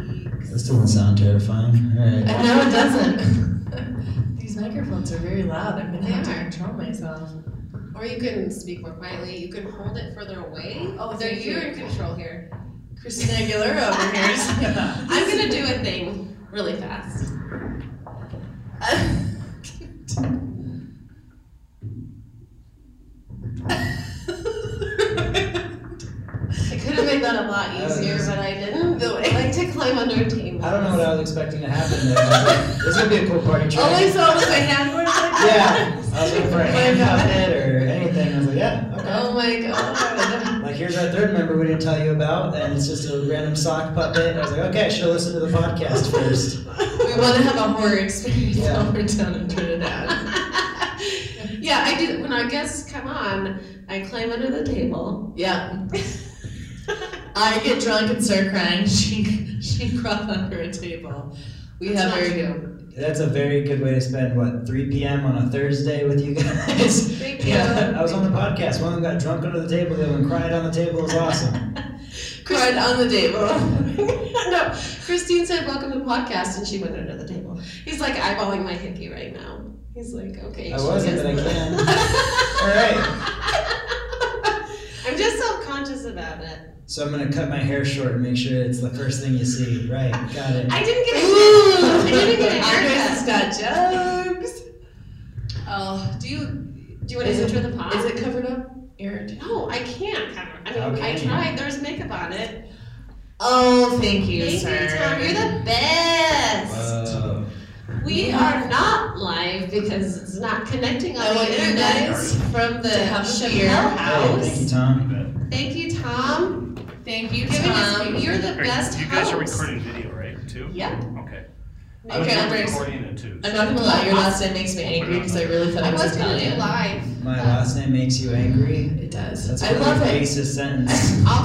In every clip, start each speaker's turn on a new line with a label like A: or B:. A: This doesn't sound terrifying. All
B: I
A: right.
B: know it doesn't. These microphones are very loud. I'm gonna have to
C: They are.
B: control myself.
C: Or you can speak more quietly. You can hold it further away.
B: Oh,
C: so
B: thank
C: you're
B: you.
C: in control here.
B: Christina Aguilera over here. is-
C: I'm gonna do a thing really fast. I could have made that a lot easier, but I didn't. Though I like to climb under tables.
A: I don't know what I was expecting to happen there. I was like, this is gonna be a cool party trick.
C: Only saw was my hand was like.
A: yeah. I was looking for a hand puppet or anything. I was like, yeah, okay.
C: Oh my god.
A: Like here's our third member we didn't tell you about, and it's just a random sock puppet. I was like, okay, she'll listen to the podcast first.
C: We
B: We want to have a horror experience
A: Yeah.
B: while we're down in Trinidad.
C: yeah, I do. When our guests come on, I climb under the table.
B: Yeah, I get drunk and start crying. She she crawled under a table. We
C: That's
B: have
C: not
B: her.
C: you.
A: That's a very good way to spend what 3 p.m. on a Thursday with you guys.
C: Thank you.
A: Yeah, I was on the podcast. One of them got drunk under the table, the other one cried on the table. It was awesome.
B: cried on the table.
C: no, Christine said, "Welcome to the podcast," and she went under the table. He's like eyeballing my hickey right now. He's like, "Okay."
A: I
C: she
A: wasn't,
C: is
A: but I
C: the-
A: can. All right.
C: I'm just self-conscious about it.
A: So I'm gonna cut my hair short and make sure it's the first thing you see. Right, got it.
C: I didn't get.
B: Ooh,
C: I didn't get a
B: Andres has
C: haircut.
B: got jokes.
C: Oh, do you do you want
B: Is
C: to
B: it-
C: enter the pod?
B: Is it covered up? Your
C: No, I can't cover. I mean,
A: How
C: I
A: can you?
C: tried. There's makeup on it.
B: Oh, thank you,
C: Thank
B: sir.
C: you, Tom. You're the best.
A: Whoa.
C: We are not live because it's not connecting
B: I
C: on
B: want
C: the
B: you
C: internet
B: guys
C: from the
B: to have a
C: Chappelle
B: beer.
A: Hey, thank you,
C: house.
A: Tom.
C: Thank you, Tom.
B: Thank you,
C: You're giving us, you're the
D: Are
C: best
D: you guys are
C: host.
D: recording video, right? Too?
C: Yep.
D: Okay. I was
B: Okay,
D: not
B: Andres.
D: recording it too.
B: I'm not gonna lie. Your last name makes me angry because I really thought
C: I
B: it was
C: was gonna do
B: Italian.
C: live.
A: My last name makes you angry.
B: It does.
A: That's
B: I
A: a
B: love
A: really
B: it.
A: racist sentence.
C: I'll,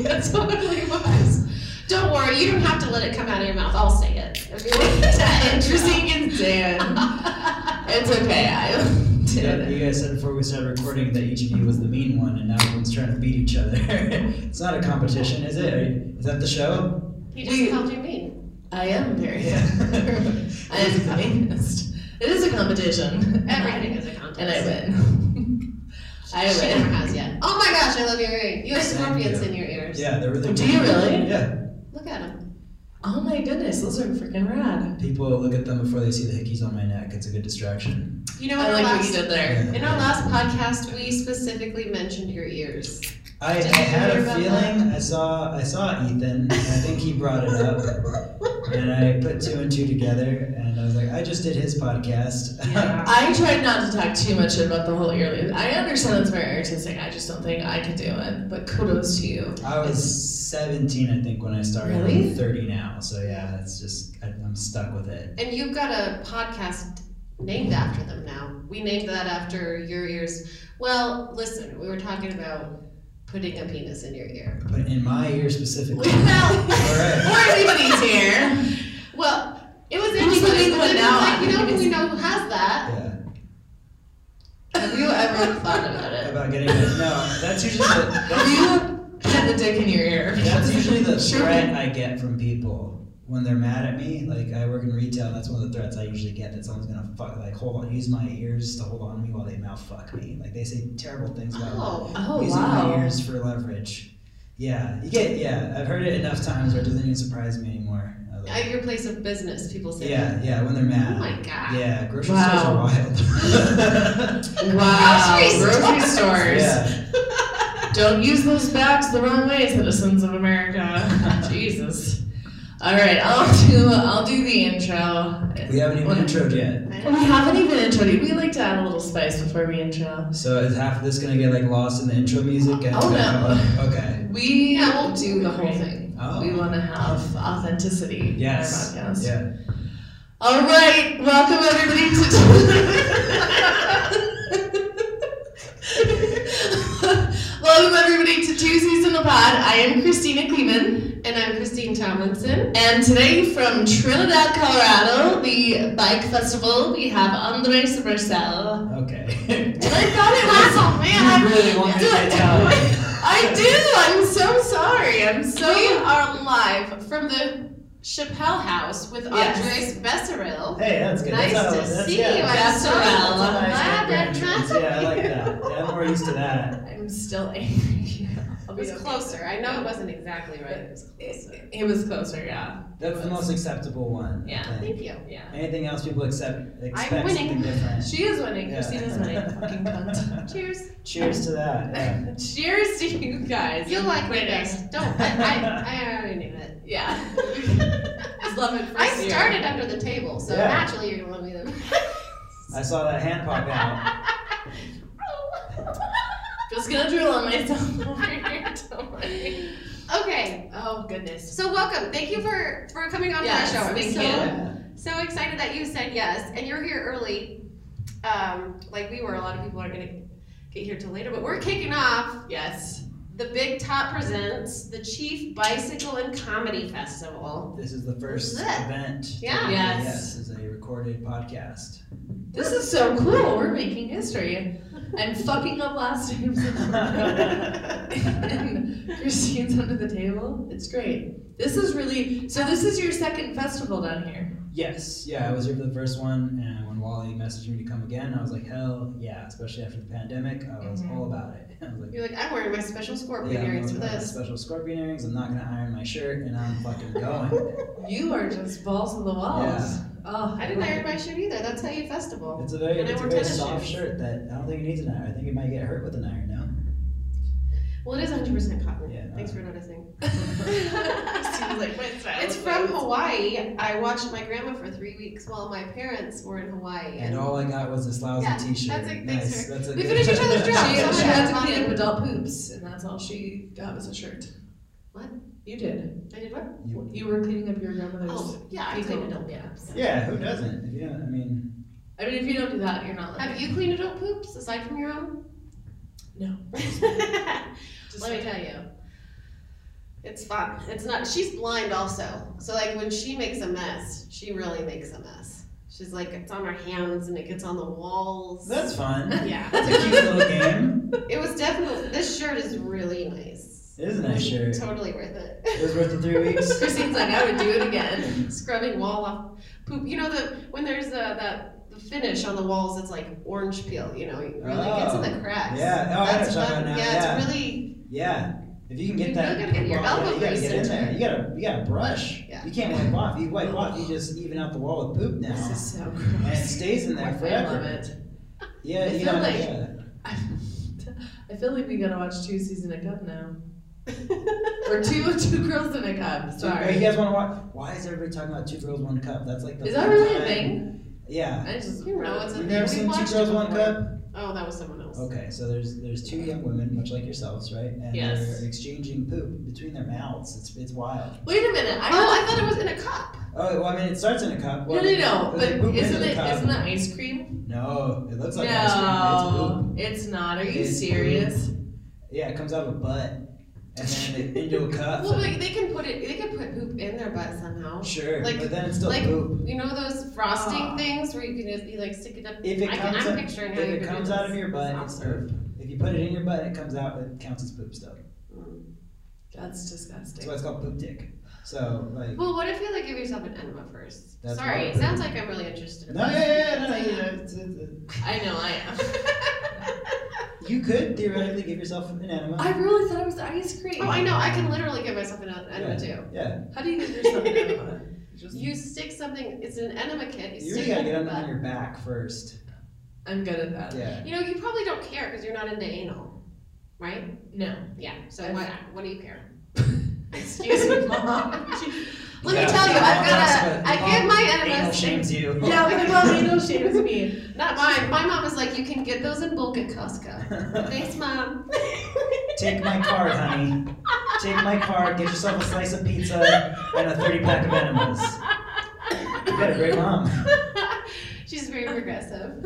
C: that's totally was. Don't worry, you don't have to let it come out of your mouth. I'll say it. If you want
B: That
C: to.
B: interesting and Dan. It's okay. I did
A: Yeah,
B: it.
A: you guys said before we started recording that each of you was the mean one, and now everyone's trying to beat each other. it's not a competition, is it? Are you- Is that the show?
C: He just
B: We-
C: called you mean.
B: I am very.
A: Yeah.
B: I am a communist. It is a competition.
C: Everything is a contest.
B: And I win. I
C: She
B: win.
C: never has yet. Oh my gosh, I love your earring. You have
A: Thank
C: scorpions
A: you.
C: in your ears.
A: Yeah, they're really.
B: Do you really?
A: Yeah.
C: Look at them.
B: Oh my goodness, those are freaking rad.
A: People look at them before they see the hickeys on my neck. It's a good distraction.
C: You know
B: I
C: what?
B: like what
C: last,
B: you did there.
C: in our last podcast, we specifically mentioned your ears.
A: I, I
C: Did you
A: had
C: hear
A: a
C: about
A: feeling I saw I saw Ethan. and I think he brought it up, and I put two and two together, and I was like, I just did his podcast.
B: I tried not to talk too much about the whole early. I understand it's very artistic. I just don't think I could do it. But kudos to you.
A: I was 17, I think, when I started.
B: Really?
A: I'm 30 now, so yeah, it's just I, I'm stuck with it.
C: And you've got a podcast named after them now. We named that after your ears. Well, listen, we were talking about putting a penis in your ear.
A: But in my ear specifically. All
C: Well,
B: Or
A: right.
B: anybody's here.
C: well, it was
B: Who's the
C: interesting.
B: big
C: but
B: one
C: then
B: now?
C: it's Like, you know, who we know who has that.
A: Yeah.
B: Have you ever thought about it?
A: About getting it. No, that's usually the,
B: Have
A: that's,
B: you had the dick in your ear?
A: that's usually the
B: Sure.
A: threat I get from people. When they're mad at me, like I work in retail, and that's one of the threats I usually get that someone's gonna fuck, like hold on, use my ears to hold on to me while they mouth fuck me. Like they say terrible things about me.
C: Oh,
B: Oh
A: using my
B: wow.
A: ears for leverage. Yeah, you get. Yeah, I've heard it enough times where it doesn't even surprise me anymore. I was like,
C: at your place of business, people say.
A: yeah, yeah, when they're
C: Oh
A: mad.
C: my god.
A: yeah, grocery
B: Wow.
A: stores are wild.
B: Wow.
C: Grocery
B: Grocery
C: stores.
B: stores.
A: yeah,
B: Don't use those bags the wrong way, citizens of America. Jesus. All right, I'll do I'll do the intro.
A: we haven't even introed yet.
C: I
B: We
C: know.
B: haven't even introed. We like to add a little spice before we intro.
A: So is half of this gonna get like lost in the intro music? And
B: Oh, no.
A: Okay.
B: We
C: Yeah, we'll do the whole thing.
B: We
A: Oh.
B: want to have authenticity
A: Yes.
B: in our podcast.
A: Yeah.
B: All right, welcome everybody to. welcome everybody to Two Seas in the Pod. I am Christina Kleeman.
C: And I'm Christine Tomlinson.
B: And today from Trinidad, Colorado, the bike festival, we have Andres Marcel.
A: Okay.
B: And I thought it was, oh man,
A: you really want me to get down.
B: I, I do, I'm so sorry, I'm
C: So we
B: so,
C: are live from the Chappelle House with
B: Yes.
C: Andres Besseril.
A: Hey, that's good.
C: Nice
A: that's how-
C: to
A: that's,
C: see
A: yeah,
C: you. I'm
B: that's
C: so
B: a well.
C: glad
A: That's
C: that
A: a nice
C: not
A: yeah, I like that. Yeah, I'm more used to that.
B: I'm still angry. I'll
C: It was
B: be okay.
C: closer. I know it wasn't exactly right. It was closer.
B: It, it was closer, yeah.
A: That's the most acceptable one. I
B: Yeah.
A: think.
C: Thank you.
B: Yeah.
A: Anything else people accept expect
C: winning.
A: something different.
B: She is winning.
A: Yeah.
B: Christina's winning. Fucking cunt.
C: Cheers.
A: Cheers to that. Yeah.
B: Cheers to you guys.
C: You
B: and
C: like me
B: winning.
C: best. Don't. I, I, I already knew that.
B: Yeah. Just love it first
C: I
B: year.
C: started under the table, so
A: Yeah.
C: naturally you're gonna love me the
A: I saw that hand pop out.
B: Just gonna drill on myself over here. Don't worry.
C: okay.
B: Oh goodness.
C: So welcome. Thank you for for coming on
B: Yes,
C: to our show. I'm
B: thank
C: so
B: you.
A: Yeah.
C: so excited that you said yes, and you're here early. Um, like we were, a lot of people are gonna get here till later, but we're kicking off
B: Yes.
C: the Big Top presents the Chief Bicycle and Comedy Festival.
A: This is the first
C: This is it.
A: event. to
C: Yeah.
A: be-
B: Yes.
A: Yes, is a recorded podcast.
B: This is so cool. We're making history. I'm fucking up last names. and Christine's under the table. It's great. This is really so. This is your second festival down here.
A: Yes. Yeah, I was here for the first one, and when Wally messaged me to come again, I was like, hell yeah! Especially after the pandemic, I was
B: Mhm.
A: all about it. I was like.
C: You're like, I'm wearing my special Mm-hmm. scorpion
A: Yeah, I'm
C: earrings for
A: gonna buy
C: this.
A: Special scorpion earrings. I'm not gonna iron my shirt, and I'm fucking going.
B: You are just balls to the walls. Oh,
C: I didn't iron my shirt either. That's how you festival.
A: It's a very,
C: And I
A: it's a
C: wore
A: very
C: tennis
A: soft
C: shoes.
A: shirt that I don't think it needs an iron. I think it might get hurt with an iron. No.
C: Well, it is 100% cotton.
A: Yeah, no.
C: Thanks for noticing.
B: Christine's like, "My style
C: it's
B: is
C: from
B: nice."
C: Hawaii. I watched my grandma for three weeks while my parents were in Hawaii.
A: And all I got was this lousy
C: Yeah,
A: T-shirt.
C: that's a- thanks,
A: nice. That's a
C: We
A: good-
C: finished each other's
B: She,
C: Yeah,
B: she
C: so I
B: had to
C: got
B: clean up
C: it.
B: adult poops, and that's all she got was a shirt.
C: What?
B: You did.
C: I did what?
A: You-
B: You were cleaning up your grandmother's.
C: Oh, yeah, I cleaned adult
B: Yeah.
C: poops.
A: yeah, who doesn't? If you don't, I mean,
B: I mean, if you don't do that, you're not.
C: Have you cleaned adult poops aside from your own?
B: No.
C: Let
B: Just
C: me tell you. It's fun. It's not, she's blind also. So, like, when she makes a mess, she really makes a mess. She's like, it's on her hands and it gets on the walls.
A: that's fun.
C: yeah.
A: It's a cute little game.
C: It was definitely. This shirt is really nice.
A: It is a nice shirt.
C: Totally worth it.
A: It was worth the three weeks.
B: Christine's like, I would do it again.
C: Scrubbing wall off poop. You know the when there's uh that the finish on the walls. It's like orange peel. You know, it really gets in
A: Oh,
C: the cracks.
A: Yeah. Oh, I know what
C: That's
A: you're talking
C: fun.
A: about now.
C: yeah,
A: Yeah.
C: it's really.
A: yeah. If you can get
C: You
A: that,
C: really gotta get your
A: ball,
C: elbow
A: you gotta
C: grease
A: get in
C: into
A: there. You gotta, you gotta brush.
C: Yeah.
A: You can't wipe off. You wipe off, you just even out the wall with poop now,
B: This is so
A: and it
B: gross.
A: stays in there
B: I
A: forever.
B: love it.
A: Yeah,
B: I
A: you
B: feel
A: know,
B: like-
A: yeah.
B: I feel like we gotta watch two seasons in a cup now, or two two girls in a cup.
A: You
B: Sorry.
A: guys want to watch? Why is everybody talking about two girls, one cup? That's like the.
B: Is that really a
A: time-
B: thing?
A: Yeah.
B: I just
C: You know, it's a-
A: You've never
C: We've
A: seen two
C: watched
A: girls,
C: it
A: one
C: before.
A: cup?
C: oh, that was someone else.
A: Okay, so there's there's two young women, much like yourselves, right? And
B: Yes.
A: they're exchanging poop between their mouths. It's it's wild.
B: Wait a minute. I
C: Oh,
B: don't-
C: I thought it was in a cup.
A: Oh well, I mean, it starts in a cup.
B: No,
A: Well,
B: no, no.
A: but they
B: But
A: poop
B: isn't
A: into the
B: it
A: cup.
B: isn't it ice cream?
A: No, it looks like ice cream. It's poop.
B: no, it's not. Are you
A: It's
B: serious?
A: Yeah, it comes out of a butt, and then it, into a cup.
C: Well, like, they can put it. They can put poop in their butt somehow.
A: sure,
C: like-
A: but then it's still
C: like-
A: poop.
C: You know those frosting
B: Ah.
C: things where you can just be like stick it up.
A: If it
C: I can,
A: comes
C: I'm
A: up,
C: picturing
A: if
C: how you
A: it
C: could do
A: comes out of
C: this.
A: your butt,
C: It's
A: it's
C: awesome.
A: poop. If you put it in your butt, and it comes out. It counts as poop still. Mm.
B: That's
A: That's
B: disgusting.
A: why it's called poop dick. So like.
C: Well, what if you like give yourself an enema first?
A: That's
C: Sorry,
A: what
C: it
A: I'm
C: sounds like I'm really interested. in
A: No,
C: this.
A: yeah, yeah, yeah, no, no, yeah. It's, it's, it's-
B: I know I am.
A: you could theoretically give yourself an enema.
B: I really thought it was ice cream.
C: Oh, I know. I can literally give myself an en- enema too.
A: yeah,
B: How do you get yourself an enema? Just-
C: You stick something. It's an enema kit. You,
A: you
C: stick
A: really gotta
C: it
A: get
C: in
A: on,
C: your
A: on your back first.
B: I'm good at that.
A: Yeah.
C: butt. You know, you probably don't care because you're not into anal, right?
B: No.
C: Yeah. So
B: Yes.
C: what? What do you care?
B: Excuse me, mom.
C: Let
A: Yeah.
C: me tell you, I've
A: Mom
C: got
A: talks
C: a.
A: about-
C: I give my
A: Anal
C: enemas.
A: shames you.
B: yeah, my mom anal shames me.
C: Not mine. My mom was like, you can get those in bulk at Costco. Thanks, mom.
A: Take my card, honey. Take my card. Get yourself a slice of pizza and a thirty pack of enemas. You got a great mom.
C: She's very progressive.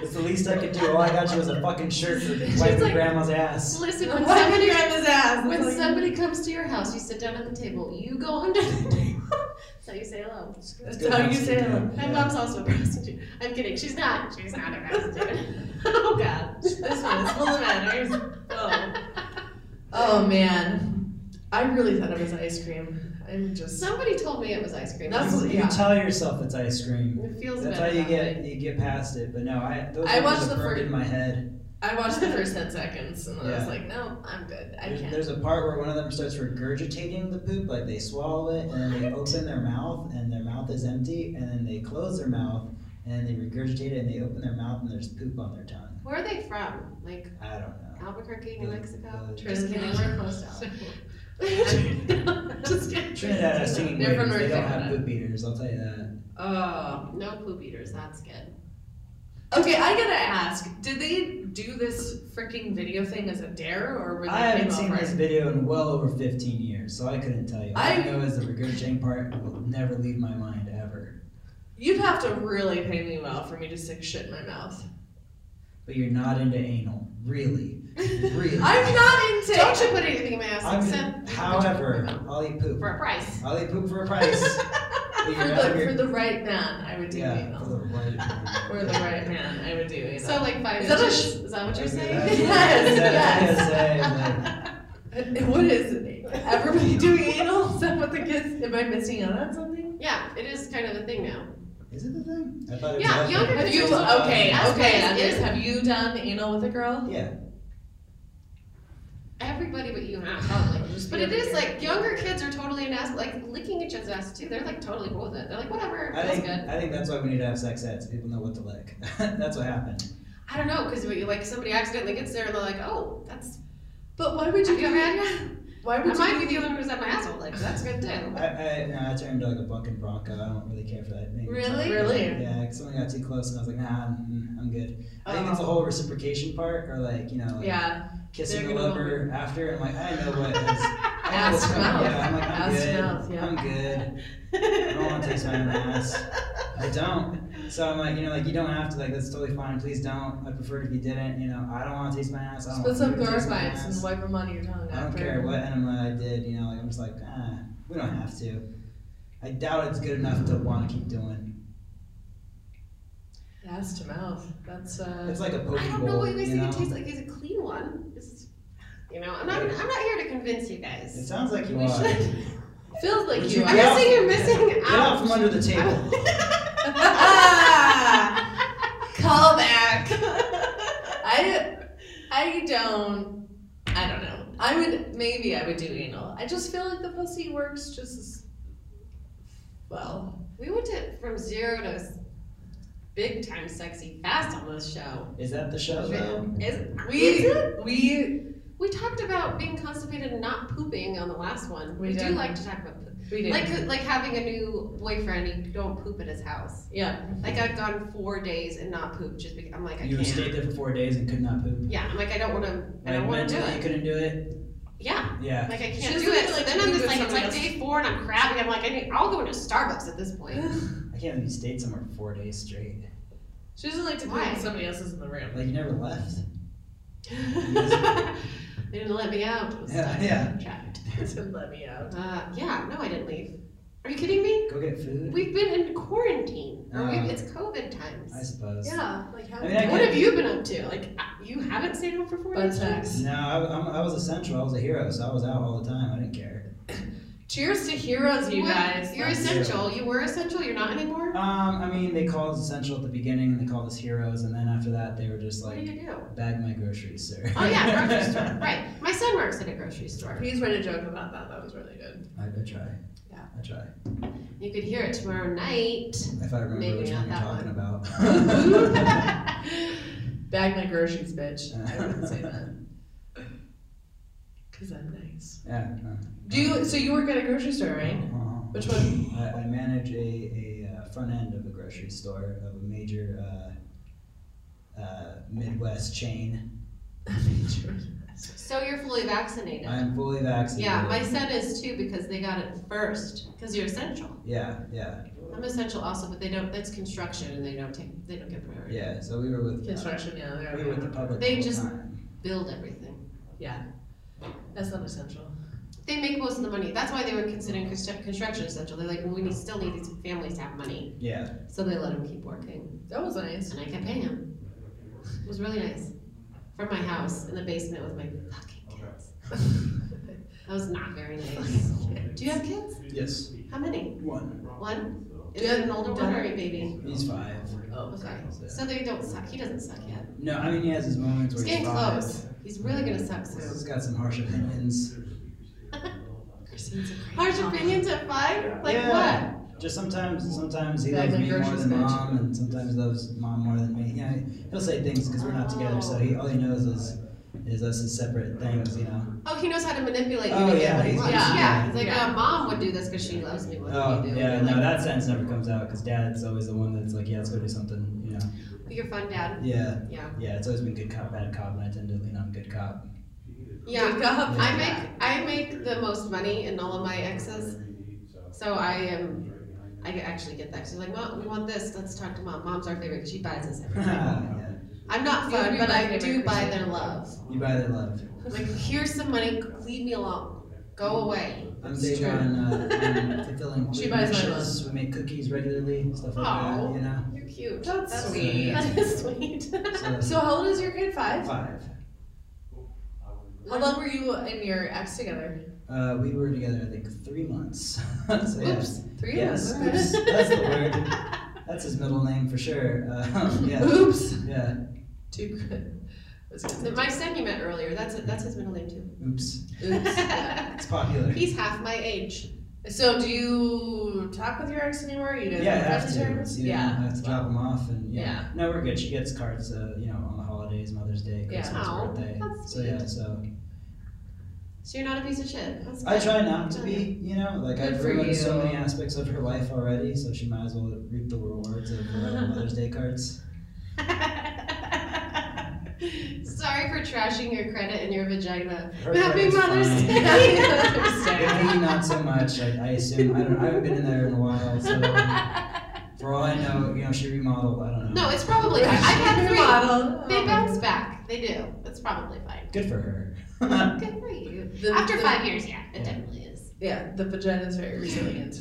A: It's the least I could do. All I got you was a fucking shirt for wiping
C: like-
A: grandma's ass.
C: Listen, when
B: Why would
C: somebody
B: you grab his ass?
C: When
B: That's like-
C: somebody comes to your house, you sit down at the table. You go under the table. That's how you say hello.
B: That's how you say it.
C: My mom's also a prostitute. I'm kidding. She's not. She's not a prostitute. oh God.
B: This one is full of manners. Oh. Oh man. I really thought it was ice cream. I'm just.
C: Somebody told me it was ice cream.
B: That's-
C: It
A: You,
B: yeah.
A: you tell yourself it's ice cream.
C: feels
A: That's
C: better
A: how you
C: that
A: get
C: way.
A: you get past it. But no, I those
B: I
A: images
B: watched
A: are
B: the
A: burned
B: first-
A: in my head.
B: I watched the first ten seconds and I
A: Yeah.
B: was like, no, I'm good. I
A: There's,
B: can't.
A: there's a part where one of them starts regurgitating the poop, like they swallow it and then they open their mouth and their mouth is empty and then they close their mouth and they regurgitate it and they open their mouth and there's poop on their tongue.
C: Where are they from? Like
A: I don't know.
C: Albuquerque, New
A: The-
C: Mexico?
A: the-
C: Just kidding, we're close to Albuquerque.
B: Just kidding.
A: Trinidad has singing
B: They're from
A: waves. They
B: North
A: don't have
B: Dakota.
A: poop eaters. I'll tell you that.
B: Oh.
C: No poop eaters, that's good.
B: Okay, I gotta ask. Did they do this freaking video thing as a dare or were they
A: I haven't seen
B: over?
A: this video in well over 15 years, so I couldn't tell you. All I,
B: I-
A: know is the regurgitating part will never leave my mind ever.
B: You'd have to really pay me well for me to stick shit in my mouth.
A: But you're not into anal, really, really.
B: I'm not into
C: Don't you put anything in my ass
A: I'm-
C: except.
A: however, I'll eat poop.
C: For a price.
A: I'll eat poop for a price. But
B: for
A: you're
B: the,
A: out here-
B: for the right man, I would do
A: yeah,
B: anal.
A: for the right.
B: For the right man, I would do anal.
C: So like five
B: Is that a
C: inches,
B: sh-
C: is that what
A: I
C: you're
A: mean,
C: saying?
A: that's-
B: Yes,
A: that's
B: what is it? Everybody doing anal? Is that what the kids? Am I missing out on something?
C: Yeah, it is kind of a thing now.
A: what I said, like, Is it the thing? I thought it was.
C: Yeah,
A: left
C: younger
A: hand.
B: Have you
C: That's
B: okay?
C: what
B: Okay,
C: it
B: Anders,
C: is.
B: have you done anal with a girl?
A: Yeah,
C: Everybody but you and I,
B: I'll
C: probably.
B: just
C: But
B: be
C: it
B: over
C: is
B: here.
C: like younger kids are totally an ass, like licking each other's ass too. They're like totally cool with it. They're like, whatever,
A: I
C: that's
A: think
C: good.
A: I think that's why we need to have sex ed. So people know what to lick. that's what happened.
C: I don't know, because like somebody accidentally gets there and they're like, oh, that's.
B: But why would you
C: Have you
B: do
C: ever
B: that?
C: had
B: Why
C: I
B: would
C: might
B: you?
C: be the only one who's at my asshole. Like that's good too.
A: I, I, no, I turned into like a bucking bronco. I don't really care for that. Maybe
C: Really?
B: Really?
A: Yeah, 'cause someone got too close, and I was like, nah, I'm, I'm good. I think it's the
B: Oh.
A: whole reciprocation part, or like you know, like
B: Yeah.
A: kissing
B: They're
A: the
B: gonna
A: lover after. I'm like, I know what. Is, I know
B: Ass
A: what's coming.
B: mouth.
A: Yeah, I'm like, I'm
B: Ass
A: good.
B: mouth, yeah.
A: I'm good. I don't want to taste my own ass. I don't. So I'm like, you know, like you don't have to. Like that's totally fine. Please don't. I prefer it if you didn't. You know, I don't want to taste my ass. I don't
B: Put some
A: want you to
B: girls'
A: taste my
B: bites and
A: ass.
B: wipe them on your tongue
A: I don't
B: after.
A: care what enema I did. You know, like I'm just like, ah, we don't have to. I doubt it's good enough to want to keep doing.
B: Ass to mouth. That's uh.
A: It's like a poke
C: I don't know
A: bowl.
C: what you guys
A: you
C: think
A: know?
C: it tastes like. Is a clean one. It's, you know, I'm not. I'm not here to convince you
A: It
C: guys.
A: sounds like you
C: We
A: are.
C: should-
B: feels like
A: Would
B: you.
A: you
C: I'm
A: get
C: just
A: out-
C: saying you're missing
A: Get
C: out.
A: out from under the table.
B: Call back. I I don't I don't know. I would maybe I would do anal. I just feel like the pussy works just as well.
C: we went to from zero to s- big time sexy fast on this show.
A: Is that the show though?
C: Is, is
B: We
C: it?
B: we
C: We talked about being constipated and not pooping on the last one.
B: We
C: We, do
B: did.
C: like to talk about poop.
B: we did
C: like uh, like having a new boyfriend. You don't poop at his house.
B: yeah.
C: Like I've gone four days and not pooped just because I'm like I
A: You
C: can't.
A: stayed there for four days and could not poop.
C: Yeah, I'm like I don't want to. I don't
A: Like,
C: want to do
A: mentally, You
C: it.
A: couldn't do it.
C: Yeah.
A: Yeah.
C: Like I
B: She
C: can't
B: doesn't
C: do it.
B: feel
C: So
B: like
C: then
B: she
C: I'm
B: can
C: just
B: do
C: like it's
B: something
C: like
B: else.
C: day four and I'm crappy. I'm like I need, I'll go into Starbucks at this point.
A: I can't believe you stayed somewhere for four days straight.
B: She doesn't like to
C: Why?
B: poop when somebody else is in the room.
A: Like you never left.
C: they didn't let me out. I was
A: Yeah,
C: stuck.
A: yeah.
C: Trapped.
B: to let me out.
C: Uh, yeah. No, I didn't leave. Are you kidding me?
A: Go get food.
C: We've been in quarantine. Or
A: Uh,
C: we've, it's COVID times.
A: I suppose.
C: yeah.
B: Like how
A: I mean, I
C: What
A: get-
C: have you been up to? Like uh, you haven't stayed home for four
B: Butt
C: days.
B: sex.
A: No, I, I'm, I was essential. I was a hero, so I was out all the time. I didn't care.
B: Cheers to heroes, you
C: What?
B: guys.
C: You're
A: That's-
C: essential. You were essential. You're not anymore.
A: Um, I mean, they called us essential at the beginning, and they called us heroes, and then after that, they were just
C: what do
A: like,
C: you do?
A: "Bag my groceries, sir."
C: Oh yeah, grocery store. Right. My son works at a grocery store.
B: Please write a joke about that. That was really good.
A: I, I try.
B: Yeah.
A: I try.
C: You could hear it tomorrow night.
A: If I remember
C: Maybe
A: which
C: not
A: one you're
C: that
A: talking
C: one.
A: about.
B: Bag my groceries, bitch. I wouldn't say that. Cause I'm nice.
A: yeah. uh,
B: Do you? So you work at a grocery store, right?
A: uh-huh.
B: Which one?
A: I, I manage a, a uh, front end of a grocery store of a major uh, uh, Midwest chain.
C: So you're fully vaccinated.
A: I'm fully vaccinated.
C: yeah, my son is too because they got it first because you're essential.
A: yeah, yeah,
C: I'm essential also, but they don't. That's construction, and they don't take. They don't get priority.
A: yeah. So we were with
B: Construction, yeah. they're-
A: we were with the public.
C: They
A: the whole
C: just-
A: time.
C: Build everything.
B: Yeah. That's not essential.
C: They make most of the money. That's why they were considering constru- construction essential. They're like, we need, still need these families to have money,
A: Yeah,
C: so they let him keep working,
B: That was nice.
C: and I kept paying him. It was really nice. From my house in the basement with my fucking kids. That was not very nice. Do you have kids?
A: Yes.
C: How many?
A: One.
C: One? Is
B: Do you
C: it
B: have
C: an older one or a baby?
A: He's five.
B: Oh,
C: Okay.
A: So-
C: So they don't suck. He doesn't suck yet.
A: No, I mean he has his moments
C: He's
A: where he's
C: getting
A: five.
C: close. He's really gonna suck
A: He's
C: soon.
A: got some harsh opinions.
B: Christine's a great
C: Harsh
B: mom.
C: opinions at five? Like
A: Yeah. Just sometimes, sometimes he
B: Yeah,
A: loves
B: like
A: me
B: you're
A: more than
B: just
A: mom, and sometimes loves mom more than me. Yeah, he'll say things because we're not together, so he all he knows is is us as separate things, you know.
C: what? Oh, he knows how to manipulate you
A: Oh,
C: to
A: yeah,
C: get what he
A: he's-
C: wants.
B: yeah.
C: Yeah. He's like,
B: Yeah.
C: oh, mom would do this because she loves me more than
A: Oh
C: you do.
A: yeah,
C: And you're
A: no,
C: like,
A: that sentence never comes out because dad's always the one that's like, yeah, let's go do something, you know.
C: You're fun, dad.
A: Yeah,
C: Yeah.
A: yeah, it's always been good cop, bad cop, and I tend to lean on good cop.
C: Yeah.
B: Good job.
C: I make I make the most money in all of my exes, so I am I actually get that. She's like, "Mom, we want this. Let's talk to mom. Mom's our favorite because she buys us everything."
A: yeah.
C: I'm not
B: You'll
C: fun,
B: be
C: but
B: my
C: I
B: favorite
C: do buy
B: person.
C: their love.
A: You buy their love.
C: I'm like, here's some money. Leave me alone. Go away.
A: I'm
C: It's
A: big
C: true.
A: on, uh, on fulfilling
B: She buys my
A: wishes. We make cookies regularly, stuff like
C: Aw.
A: that, you know.
C: You're cute.
B: That's
C: That's
A: sweet.
C: sweet. That is sweet.
A: So,
B: So how old is your kid? Five.
A: five.
B: How long were you and your ex together?
A: Uh, we were together, I think, three months. so, yeah.
C: Oops.
B: Three
A: Yes,
B: of them.
A: oops. That's the word. That's his middle name for sure. Uh, yeah,
B: Oops.
A: yeah.
B: Too good. I was gonna say
C: My son you met earlier. That's it. That's his middle name too.
A: Oops.
B: Oops.
A: It's popular.
C: He's half my age.
B: so do you talk with your ex anymore? You don't
A: Yeah, I
B: have
A: have to.
B: terms?
A: It's, you know,
B: Yeah.
A: I have to drop him off, and yeah.
B: Yeah.
A: No, we're good. She gets cards, uh, you know, on the holidays, Mother's Day,
B: Yeah.
A: Christmas,
C: Aw,
A: birthday.
C: that's
A: So yeah, so
C: So you're not a piece of shit. That's
A: I
C: good.
A: try not to be, you know, like
B: Good
A: I've
B: for
A: ruined so
B: you.
A: many aspects of her life already, so she might as well reap the rewards of uh, Mother's Day cards.
C: Sorry for trashing your credit and your vagina.
A: Her
C: Happy
A: credit's
C: Mother's
A: fine.
C: Day.
A: Maybe not so much. I, I assume I don't. I haven't been in there in a while, so for all I know, you know, she remodeled. I don't know.
C: no, it's probably. I, I've had
B: model.
C: three. They bounce back. They do. It's probably fine.
A: Good for her.
C: Good for you.
B: The-
C: After
B: the-
C: five years, yeah,
A: Uh-huh. Yeah.
C: it definitely is.
B: Yeah, the vagina is very resilient.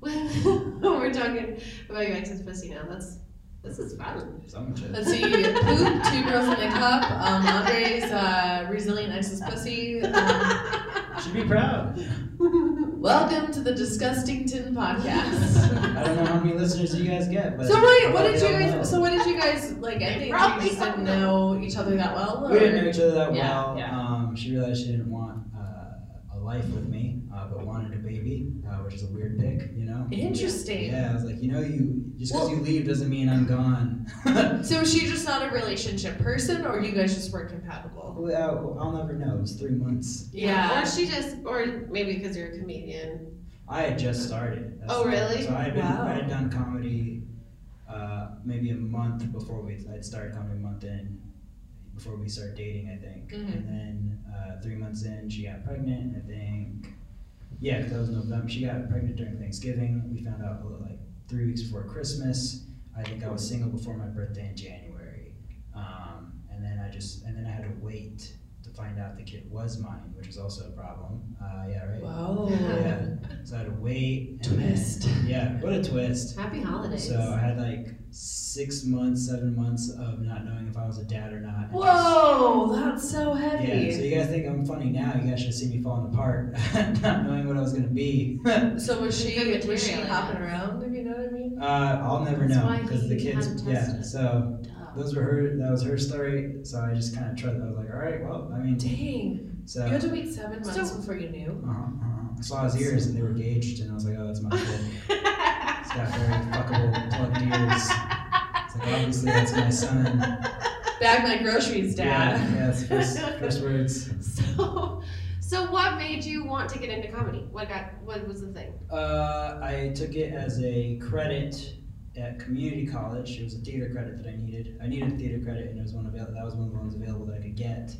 C: We're talking about your ex's pussy now. That's this is fun.
A: Some shit.
B: Let's see, poop, two girls in a cup. Um, Andre's uh, resilient ex's pussy. Um,
A: Should be proud.
B: welcome to the Disgusting Tin podcast.
A: I don't know how many listeners you guys get, but
B: So wait, what
A: but
B: did
A: they
B: you
A: all know.
B: guys? So what did you guys like? I think you
C: Probably
B: just
C: don't
B: didn't know each other that well. Or?
A: We didn't know each other that
B: Yeah,
A: well.
B: yeah.
A: Um, she realized she didn't want uh, a life with me, uh, but wanted a baby, uh, which is a weird pick, you know.
B: Interesting.
A: Yeah, I was like, you know, you just because
B: Well-
A: you leave doesn't mean I'm gone. well,
B: So is she just not a relationship person, or you guys just weren't compatible?
A: well, I'll never know. It was three months.
C: Or she just, or maybe because you're a comedian.
A: I had just started. That's
C: Oh,
A: the-
C: really?
A: So I had been,
B: Wow.
A: I had done comedy uh, maybe a month before we. I'd started comedy a month in before we started dating, I think.
B: Mhm.
A: And then uh, three months in, she got pregnant. I think. Yeah, 'cause that was November. She got pregnant during Thanksgiving. We found out like three weeks before Christmas. I think I was single before my birthday in January. Um, and then I just and then I had to wait to find out the kid was mine, which is also a problem. Uh, yeah, right.
B: Wow.
A: Yeah. So I had to wait. and then-
B: Twist.
A: yeah, what a twist.
C: Happy holidays.
A: So I had like six months, seven months of not knowing if I was a dad or not. and just-
B: Whoa, that's so heavy.
A: Yeah, so you guys think I'm funny now. You guys should see me falling apart, not knowing what I was going to be. uh,
B: So was she
C: Good material,
B: was she
C: yeah.
B: hopping around? If you know what I mean.
A: I'll never
C: That's
A: know
C: why
A: because the
C: he
A: kids,
C: hadn't
A: yeah.
C: tested.
A: So
C: Duh.
A: those were her, that was her story. So I just kind of tried, I was like, all right, well, I mean,
B: Dang,
A: so.
B: you had to wait seven
C: So-
B: months before you knew.
A: uh-huh, uh-huh. I saw his ears and they were gauged, and I was like, oh, that's my kid. He's got very fuckable plugged ears. It's like, obviously, that's my son.
B: Bag my groceries, Dad.
A: Yeah, yeah it's first, first words.
C: so, so what made you want to get into comedy? What got? What was the thing?
A: Uh, I took it as a credit at community college. It was a theater credit that I needed. I needed a theater credit, and it was one avail- that was one of the ones available that I could get.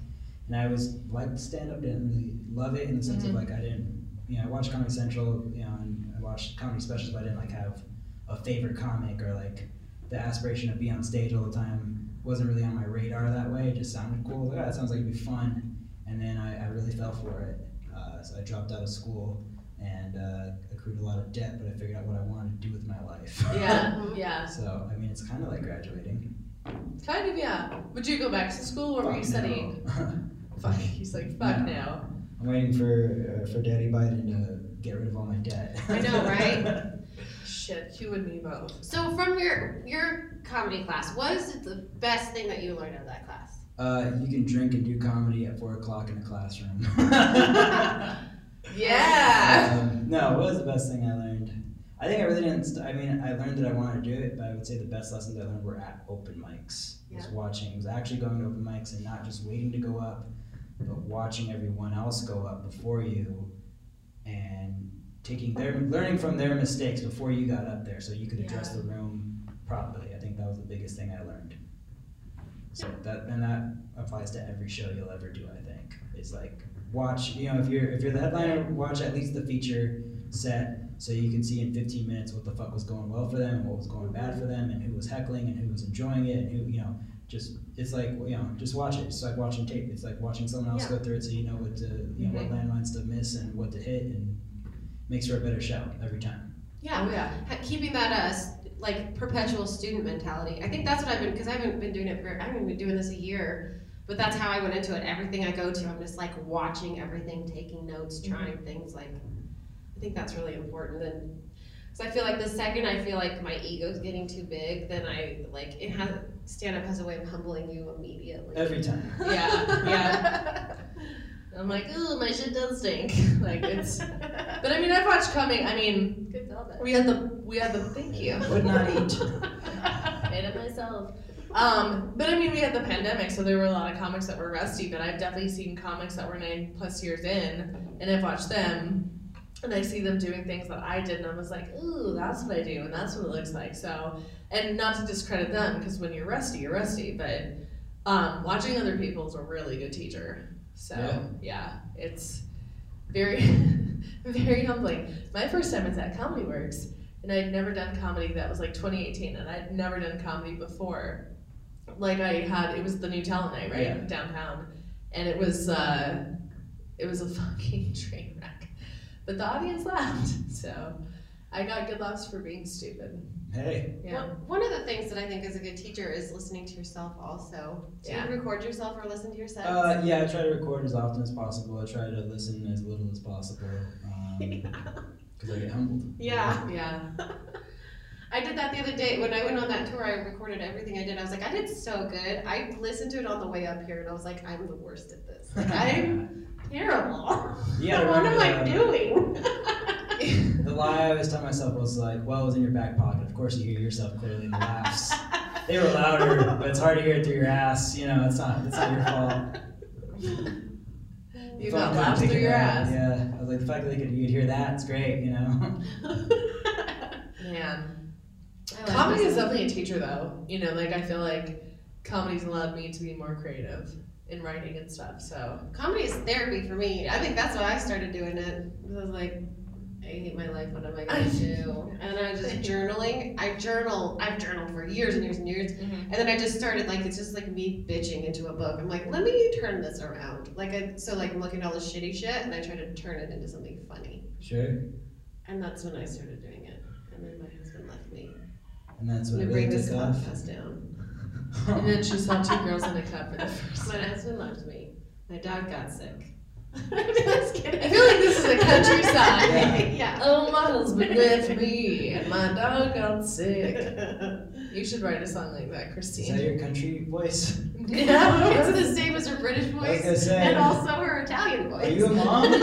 A: And I was liked stand up, didn't really love it in the sense
B: Mhm.
A: of like I didn't, you know, I watched Comedy Central, you know, and I watched comedy specials, but I didn't like have a favorite comic or like the aspiration to be on stage all the time wasn't really on my radar that way. It just sounded cool. Like, oh, that sounds like it'd be fun. And then I, I really fell for it. Uh, so I dropped out of school and uh, accrued a lot of debt, but I figured out what I wanted to do with my life.
B: Yeah, yeah.
A: so, I mean, it's kind of like graduating.
B: Kind of, yeah. Would you go back to school? What were you
A: Fuck
B: studying?
A: no.
B: Fuck. He's like, fuck
A: No.
B: now.
A: I'm I'm waiting for uh, for Daddy Biden to get rid of all my debt.
C: I know, right?
B: Shit, you and me both.
C: So from your your comedy class, what is the best thing that you learned of that class?
A: Uh, you can drink and do comedy at four o'clock in a classroom.
B: Yeah.
A: um, no, what was the best thing I learned? I think I really didn't. St- I mean, I learned that I wanted to do it, but I would say the best lessons I learned were at open mics. Was watching, was actually going to open mics and not just waiting to go up, but watching everyone else go up before you, and taking their learning from their mistakes before you got up there, so you could address the room properly. I think that was the biggest thing I learned. So that and that applies to every show you'll ever do. I think is like watch you know if you're if you're the headliner watch at least the feature set so you can see in 15 minutes what the fuck was going well for them and what was going bad for them and who was heckling and who was enjoying it and who you know just it's like you know just watch it it's like watching tape it's like watching someone else go through it so you know what to you know what landmines to miss and what to hit and makes for a better show every time
C: Yeah,
B: Oh, yeah.
C: ha- keeping that uh s- like perpetual student mentality. I think that's what I've been because I haven't been doing it for I haven't been doing this a year, but that's how I went into it. Everything I go to, I'm just like watching everything, taking notes,
A: Mm-hmm.
C: trying things. Like I think that's really important. And because I feel like the second I feel like my ego's getting too big, then I like it has stand up has a way of humbling you immediately.
A: every time
B: Yeah, yeah. I'm like, ooh, my shit does stink. Like it's, but I mean, I've watched coming. I mean,
C: Good job.
B: we had the we had the thank you.
A: would not eat
B: Made it myself. Um, but I mean, we had the pandemic, so there were a lot of comics that were rusty. But I've definitely seen comics that were nine plus years in, and I've watched them, and I see them doing things that I did, and I was like, ooh, that's what I do, and that's what it looks like. So, and not to discredit them, because when you're rusty, you're rusty. But um, watching other people is a really good teacher. So
A: Yeah.
B: yeah it's very, very humbling. My first time was at Comedy Works and I'd never done comedy. That was like 2018, and I'd never done comedy before. Like I had, it was the new talent night, right
A: Yeah.
B: downtown, and it was uh, it was a fucking train wreck. But the audience laughed, so I got good laughs for being stupid.
A: hey
B: Yeah,
C: One, one of the things that I think is a good teacher is listening to yourself also. Do
B: Yeah.
C: you record yourself or listen to yourself?
A: uh, yeah i try to record as often as possible i try to listen as little as possible because i get humbled
C: yeah.
B: yeah,
C: I did that the other day when I went on that tour. I recorded everything I did. I was like, I did so good. I listened to it on the way up here, and I was like, I'm the worst at this. Like, I'm terrible.
A: yeah I
C: what am
A: remember,
C: I
A: uh,
C: doing?
A: The lie I always tell myself was like, well, it was in your back pocket. Of course, you hear yourself clearly in the laughs. They were louder, but it's hard to hear it through your ass. You know, it's not, it's not your fault.
B: you
A: If I
B: got
A: couldn't
B: laughs
A: take
B: through
A: it
B: your
A: back,
B: ass.
A: Yeah, I was like, the fact that they could, you'd hear that, it's great. You know,
B: Man,
C: I like
B: comedy is
C: myself.
B: definitely a teacher, though. You know, like I feel like comedy's allowed me to be more creative in writing and stuff. So
C: comedy is therapy for me. I think that's why I started doing it. I was like, I hate my life. What am I gonna do? And I was just journaling. I journal. I've journaled for years and years and years.
B: Mhm.
C: And then I just started like it's just like me bitching into a book. I'm like, let me turn this around. Like I, so like I'm looking at all this shitty shit and I try to turn it into something funny.
A: sure.
C: And that's when I started doing it. And then my husband left me.
A: And that's
C: I'm
A: what
C: gonna
A: it
C: bring
A: really
C: this
A: took off.
C: podcast down.
B: and then she saw two girls in a cup for the first
C: My husband left me. My dog got sick. I'm just kidding.
B: I feel like this is a countryside.
C: yeah.
B: Oh, models would left me, and my dog got sick.
C: it's
B: You should write a song like that,
A: Is that
B: Christine.
A: your country voice?
C: the same as her British
A: I was
C: voice
A: gonna say,
C: and also her Italian voice.
A: are you a
B: my
A: mom?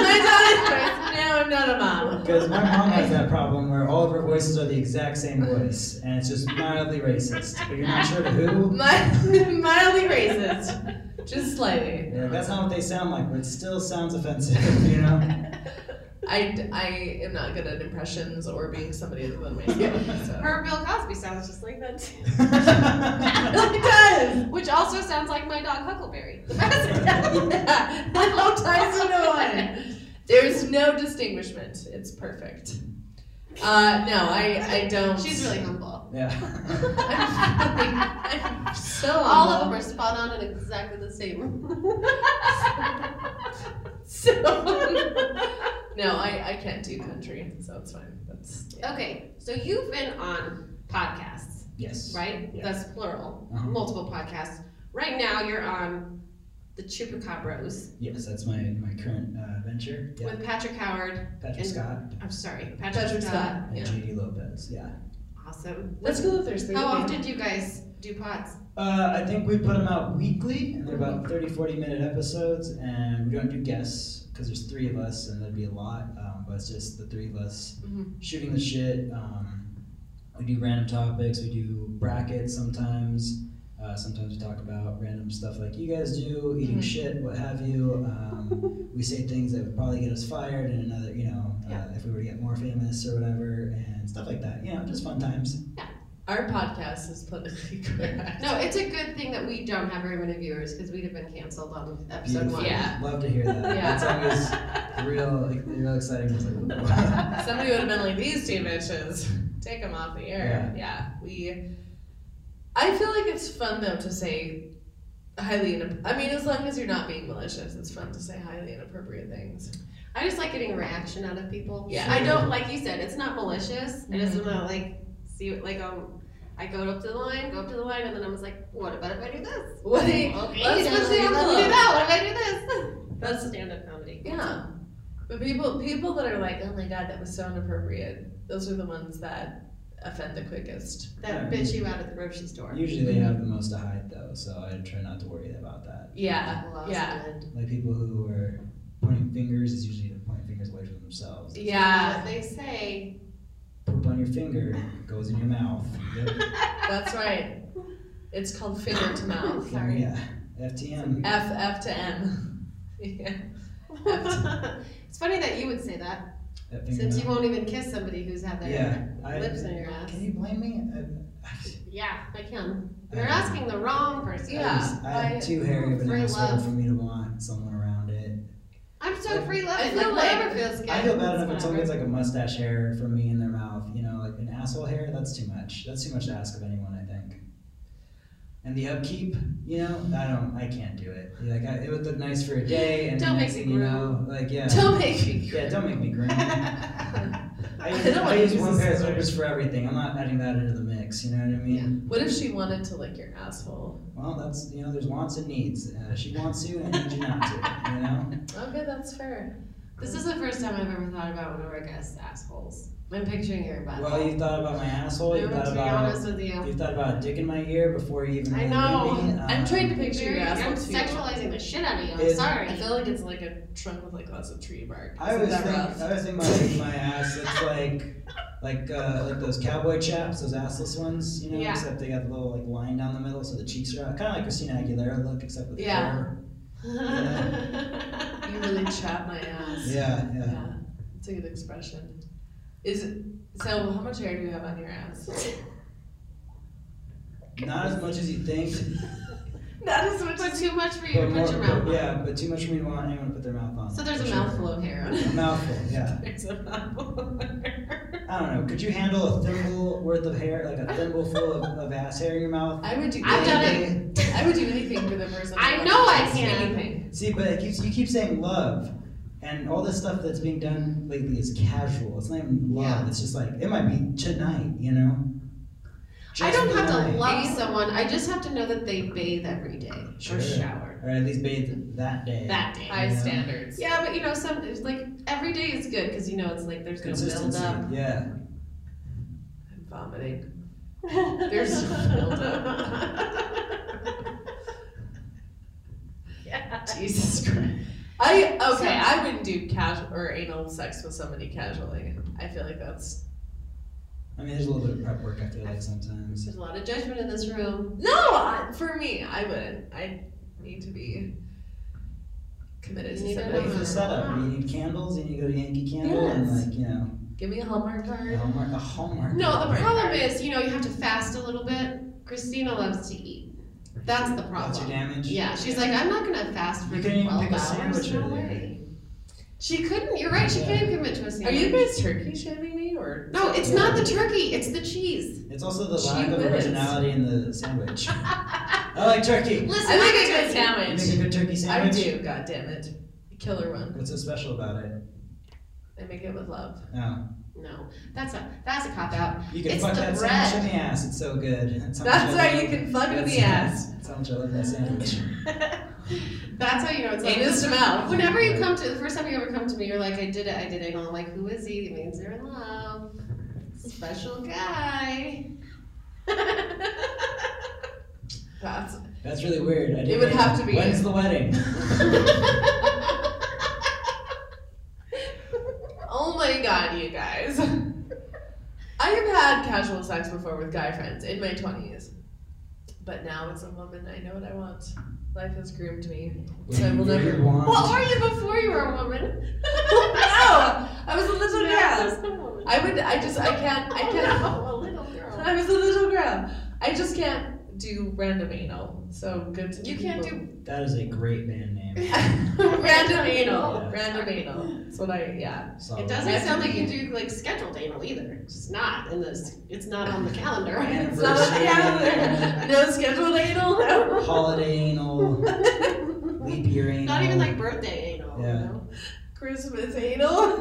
B: dog is No, I'm not a mom.
A: Because my mom has that problem where all of her voices are the exact same voice, and it's just mildly racist. But you're not sure to who.
B: Mi- mildly racist, just slightly.
A: Yeah, that's not what they sound like, but it still sounds offensive. You know.
B: I, I am not good at impressions or being somebody other than myself. So.
C: Her Bill Cosby sounds just like that too.
B: It does.
C: Which also sounds like my dog Huckleberry. The best.
B: Yeah, that all ties into one. There's no distinguishment. It's perfect. Uh, no, I, I don't.
C: She's really humble.
A: yeah.
B: I'm, I'm so
C: All
B: humble.
C: of them are spot on and exactly the same.
B: So no, I, I can't do country, so it's fine. That's yeah.
C: okay, so you've been on podcasts,
A: yes.
C: right?
A: Yeah.
C: That's plural.
A: Uh-huh.
C: Multiple podcasts. Right now, you're on the the Chupacabras
A: Yes, that's my, my current uh, venture. Yeah,
C: with Patrick Howard.
A: Patrick
C: and-
A: Scott
C: I'm sorry, Patrick,
B: Patrick
C: Scott.
B: Scott.
A: and
B: Yeah.
A: JD Lopez. Yeah.
C: Awesome.
B: That's cool if there's three.
C: How
B: of them.
C: often do you guys do pods?
A: Uh, I think we put them out weekly, and they're about 30, 40 minute episodes, and we don't do guests because there's three of us, and that'd be a lot. Um, but it's just the three of us
C: Mhm.
A: shooting the shit. Um, we do random topics, we do brackets sometimes. Uh, sometimes we talk about random stuff like you guys do, eating
C: Mm-hmm.
B: Mhm.
A: shit, what have you. Um, we say things that would probably get us fired, and another, you know, uh, if we were to get more famous or whatever, and stuff like that. You know, just fun times.
B: Our podcast is politically correct.
C: No, it's a good thing that we don't have very many viewers because we'd have been canceled on episode
A: Beautiful.
C: one.
B: Yeah.
A: Love to hear that.
B: Yeah.
A: That's always real, like, real exciting. It's like,
B: Somebody would have been like, these two bitches, take them off the air. Yeah. we. I feel like it's fun though to say highly. Inap- I mean, as long as you're not being malicious, it's fun to say highly inappropriate things.
C: I just like getting a reaction out of people.
B: Yeah.
C: I don't like you said, it's not malicious. I just wanna like see what like um I go up to the line, go up to the line, and then I was like, what about if I do this?
B: What?
C: Okay,
B: let's
C: then
B: push
C: let
B: the
C: me do
B: envelope.
C: that. What if I do this?
B: That's
C: stand up comedy.
B: yeah. But people, people that are like, oh my god, that was so inappropriate. Those are the ones that offend the quickest.
C: That bitch you out at the grocery store.
A: Usually they have the most to hide though, so I try not to worry about that.
B: Yeah.
C: Lost
B: Yeah.
C: it.
A: Like people who are pointing fingers is usually to point fingers away from themselves.
B: Yeah.
C: But They say
A: Poop on your finger goes in your mouth. Yep.
B: That's right. It's called finger to mouth.
C: Sorry.
A: Yeah. FTM.
B: F F to M. Yeah.
C: it's funny that you would say that
A: That finger
C: since you
A: mouth.
C: won't even kiss somebody who's had their
A: Yeah. I,
C: lips in your ass.
A: can you blame me? I,
C: Yeah, I can.
A: I-
C: You're asking the wrong person.
A: I,
B: Yeah.
A: just, I
B: I-
A: am too hairy of an
C: For
A: asshole
C: love.
A: for me to want someone around it.
C: I'm so free loving.
B: I
C: like,
B: feel like-
C: whatever feels good.
A: I feel bad enough when
C: It's
A: someone
C: whatever.
A: gets like a mustache hair from me in their mouth, you know, like an asshole hair, that's too much. That's too much to ask of anyone, I think. And the upkeep, you know, I don't, I can't do it. You're Like, I, it would look nice for a day, and
C: Don't
A: the
C: make
A: next
C: me
A: thing you know, like, yeah.
B: Don't make me.
A: yeah, don't make me grin. I use,
B: don't wanna
A: I use
B: use
A: one
B: this
A: pair of
B: scissor.
A: slippers for everything. I'm not adding that into the mix, you know what I mean?
B: What if she wanted to lick your asshole?
A: Well, that's, you know, there's wants and needs. Uh, she wants you, and I need you not to, you know?
B: Okay, that's fair.
C: This is the first time I've ever thought about one of our guests' assholes. I'm picturing your butt.
A: Well, you thought about my asshole, you
C: I'm gonna
A: thought
C: be
A: about
C: honest with you.
A: You thought about a dick in my ear before you even
C: I
A: really
C: know.
A: knew me. Um,
B: I'm trying to picture your
C: Very- I'm
B: asshole too.
C: sexualizing the shit out of you. I'm
A: It-
C: sorry.
B: I feel like it's like a trunk with like lots of tree bark.
A: I
B: Isn't
A: always
B: that
A: think
B: rough?
A: I always think my, my ass looks like like uh, like those cowboy chaps, those assless ones, you know,
C: Yeah.
A: except they got the little like line down the middle, so the cheeks are out, kind of like Christina Aguilera look, except with
B: Yeah.
A: hair.
B: You really chap my ass.
A: Yeah, yeah.
B: Yeah, it's a good expression. Is it, so? How much hair do you have on your ass?
A: Not as much as you think,
B: Not as much.
C: But
B: as-
C: too much for you to
A: but
C: put your
A: more-
C: mouth on.
A: yeah, but too much for me to want anyone to put their mouth on.
C: So there's
A: for
C: a
A: sure.
C: mouthful of hair on it.
A: A mouthful, yeah.
B: There's a mouthful.
A: I don't know. Could you handle a thimble worth of hair, like a thimble full of, of ass hair in your mouth?
B: I would do.
C: I've done
B: anything.
C: it.
B: I would do anything for the person.
C: I
B: who
C: know I
B: wants to
C: can.
B: Anything.
A: See, but it keeps, you keep saying love, and all this stuff that's being done lately is casual. It's not even love.
C: Yeah.
A: It's just like it might be tonight, you know.
C: I
A: Just
C: don't have to
A: tonight.
C: love someone. I just have to know that they bathe every day
A: Sure.
C: or shower
A: or at least bathe that day.
C: that day.
B: High
A: Yeah.
B: standards.
C: Yeah, but you know, some it's like every day is good because you know it's like there's no build
A: Consistency.
C: up.
A: Yeah.
B: I'm vomiting.
C: There's no build up.
B: Jesus Christ. I okay.
C: So-
B: I wouldn't do casual or anal sex with somebody casually. I feel like that's
A: I mean, there's a little bit of prep work. I feel like sometimes.
C: There's a lot of judgment in this room.
B: no I, for me. I wouldn't. I need to be committed
C: You
B: to
C: need to
A: What
B: somebody.
A: is the setup? You need candles. You need to go to Yankee Candle and
B: Yes.
A: like you know,
B: Give me a Hallmark
A: a
B: card.
A: Hallmark. A Hallmark.
C: No, the problem is, you know, you have to fast a little bit. Christina loves to eat. That's the
A: That's your
C: problem.
A: damage.
C: Yeah, she's like, I'm not gonna fast for
A: You couldn't even
C: twelve
A: pick a
C: hours.
A: sandwich
C: No
A: with it.
C: way. She couldn't. You're right. She
A: Yeah.
C: couldn't commit to a sandwich.
B: Are you guys turkey shaming me or
C: No, it's not the turkey. It's the cheese.
A: It's also the lack of
B: She whiz.
A: originality in the sandwich. I like turkey.
C: Listen,
B: I
C: like
B: make a good
A: You
B: sandwich.
A: make a good turkey
B: I
A: sandwich.
B: do. God damn it, killer one.
A: What's so special about it?
B: I make it with love.
A: No.
C: No, that's a that's a cop out.
A: You can
C: It's
A: fuck
C: the
A: that
C: bread.
A: sandwich in the ass. It's so good. That's how much
B: That's
A: I
B: why
A: love-
B: you can fuck in the
A: That's-
B: ass.
A: That's how much I love that sandwich.
C: That's how you know it's like
B: Anus to mouth.
C: Whenever you come to the first time you ever come to me, you're like, I did it, I did it. And I'm like, who is he? It means they're in love. Special guy. Oh
B: That's
A: That's really weird. I didn't
B: It would
A: know.
B: have to be-
A: When's the wedding?
B: Oh my god, you guys. I have had casual sex before with guy friends in my 20s. But now as a woman, I know what I want. Life has groomed me. So I will
A: You
B: never.
A: really want-
C: what were you before you were a woman?
B: Oh, no! I was a little girl.
C: Yes, a woman.
B: I would, I just, I can't, I can't.
C: Oh, a little girl.
B: I was a little girl. I just can't do random anal. So good to
C: You can't do
A: That is a great band name.
B: random anal.
A: Yeah.
B: Random anal. That's what I, yeah.
A: So
C: It doesn't sound like you do like scheduled anal either. It's just not in this. It's not on the calendar.
B: It's not on the calendar. No scheduled anal, no.
A: holiday anal, leap year anal.
C: Not even like birthday anal. you
A: Yeah.
C: know?
B: Christmas anal.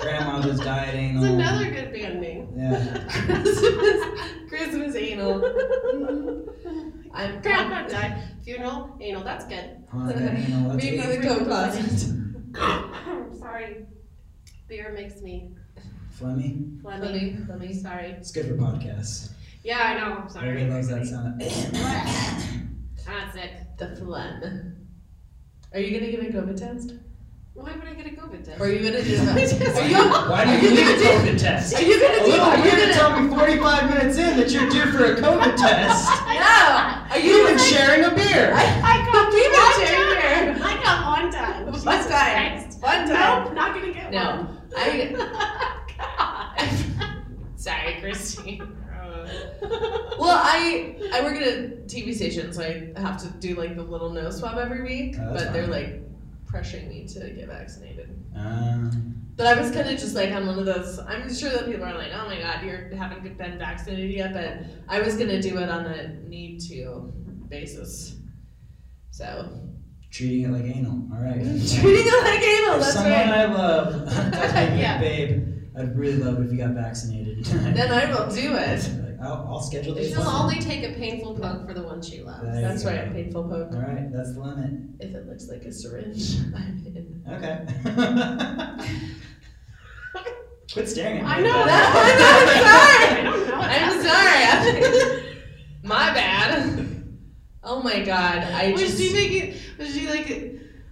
A: grandma just died
C: It's
A: anal.
C: another good band name.
A: Yeah.
B: Christmas, Christmas anal. I'm
C: Grandma died. Funeral anal. That's good.
A: Hanukkah anal. That's
B: Maybe
A: it.
B: the coat closet.
C: I'm sorry. Beer makes me
A: Flemmy.
C: phlegmy.
B: let me.
C: Sorry.
A: It's good for podcasts.
C: Yeah, I know. I'm sorry.
A: Everybody loves that sound.
C: I'm sick.
B: The phlegm. Are you gonna get a COVID test?
C: Why would I get a COVID test?
B: Or are you gonna do
C: I
B: that?
C: just-
B: Are you,
A: Why
B: Are
A: do you
B: you
A: need a
B: gonna
A: COVID test?
B: are you gonna
A: A
B: do? Are
A: little
B: you
A: weird to
B: gonna?
A: tell me 45 minutes in that you're due for a COVID test.
B: No. Are you
A: You've been
B: gonna?
A: sharing a beer.
C: I got
B: We've been
C: one
B: sharing
C: time. I got one time. Jesus
B: One time.
C: Christ.
B: One time.
C: Nope, not gonna get one.
B: No. I.
C: Sorry, Christine.
B: Well, I I work at a TV station, so I have to do like the little nose swab every week.
A: Oh, that's
B: but they're
A: fine.
B: like pressuring me to get vaccinated.
A: Um,
B: But I was kind of just like on one of those. I'm sure that people are like, "Oh my God, you haven't been vaccinated yet," but I was gonna do it on a need to basis. So
A: treating it like anal. All right.
B: treating it like anal.
A: If
B: That's
A: someone
B: right.
A: I love tells me,
B: Yeah.
A: babe, I'd really love if you got vaccinated.
B: Then I will do it.
A: Like, I'll, I'll schedule this.
C: She'll only take a painful poke for the one she loves.
A: There you
B: That's
A: go.
B: right. Painful poke.
A: All right, that's the limit.
B: If it looks like a syringe, I'm in.
A: Okay. Quit staring at me.
C: I know.
B: That's-
C: I don't know.
B: I'm sorry. My bad. Oh my God. I
C: was
B: just.
C: she making? Was she like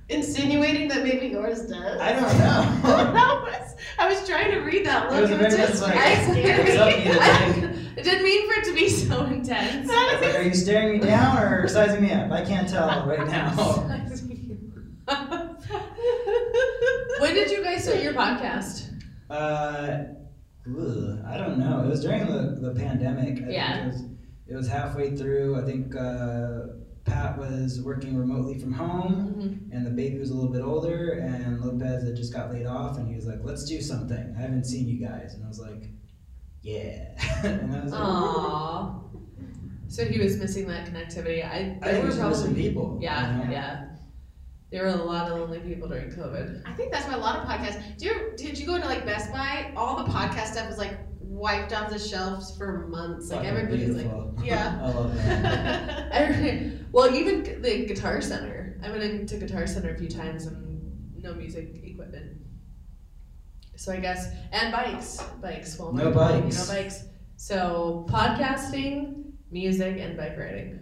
C: insinuating that maybe yours does?
A: I don't know.
C: I was, I was trying to read that
A: It
C: look.
A: was
C: It
A: a
C: was
A: very
C: just
A: much like,
C: very
A: What's up,
C: scary.
A: Nina? Like,
B: I didn't mean for it to be so intense.
A: I was like, are you staring me down or sizing me up? I can't tell right now.
C: Oh.
B: when did you guys start your podcast?
A: Uh, ugh, I don't know. It was during the, the pandemic. I think
B: Yeah.
A: It was, it was halfway through. I think uh, Pat was working remotely from home, and the baby was a little bit older, and Lopez had just got laid off, and he was like, "Let's do something. I haven't seen you guys," and I was like, "Yeah," and I was like,
B: Aww. So he was missing that connectivity. I,
A: "I
B: there
A: think
B: were
A: there's some
B: probably,
A: people."
B: yeah,
A: you know?
B: yeah. There were a lot of lonely people during COVID.
C: I think that's why a lot of podcasts. Do you, did you go to like Best Buy? All the podcast stuff was like wiped off the shelves for months. Like
A: Fucking
C: everybody's like,
A: beautiful.
C: yeah.
A: I love that.
C: I
B: I, well, even g- the Guitar Center. I went into Guitar Center a few times and no music equipment. So I guess and bikes, bikes. Well,
A: No
B: my-
A: bikes.
B: No bikes. So podcasting, music, and bike riding.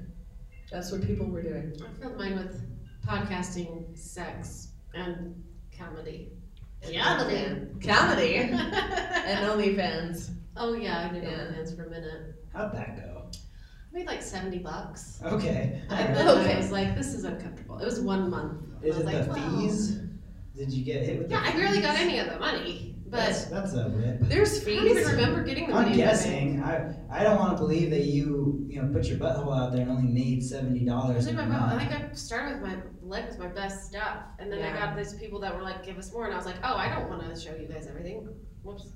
B: That's what people were doing.
C: filled mine with podcasting, sex, and comedy. Comedy.
B: Comedy and OnlyFans.
C: oh yeah, I did
B: Yeah.
C: OnlyFans for a minute.
A: How'd that go?
C: I made like seventy bucks.
A: Okay.
C: I,
A: All right.
C: then
B: Okay.
C: I was like, this is uncomfortable. It was one month.
A: Is
C: I
A: it
C: was like,
A: the
C: wow.
A: fees? Did you get hit with?
C: Yeah,
A: the
C: I barely got
A: fees?
C: any of the money, but
A: that's, that's a rip.
B: There's
C: I don't even
B: fees.
C: remember getting the money.
A: I'm
C: in the bank.
A: guessing. I I don't want to believe that you you know put your butthole out there and only made seventy dollars.
C: Actually, my bu- I think I started with my leg was my best stuff, and then I
B: Yeah.
C: got these people that were like, "Give us more," and I was like, "Oh, I don't want to show you guys everything." Whoops.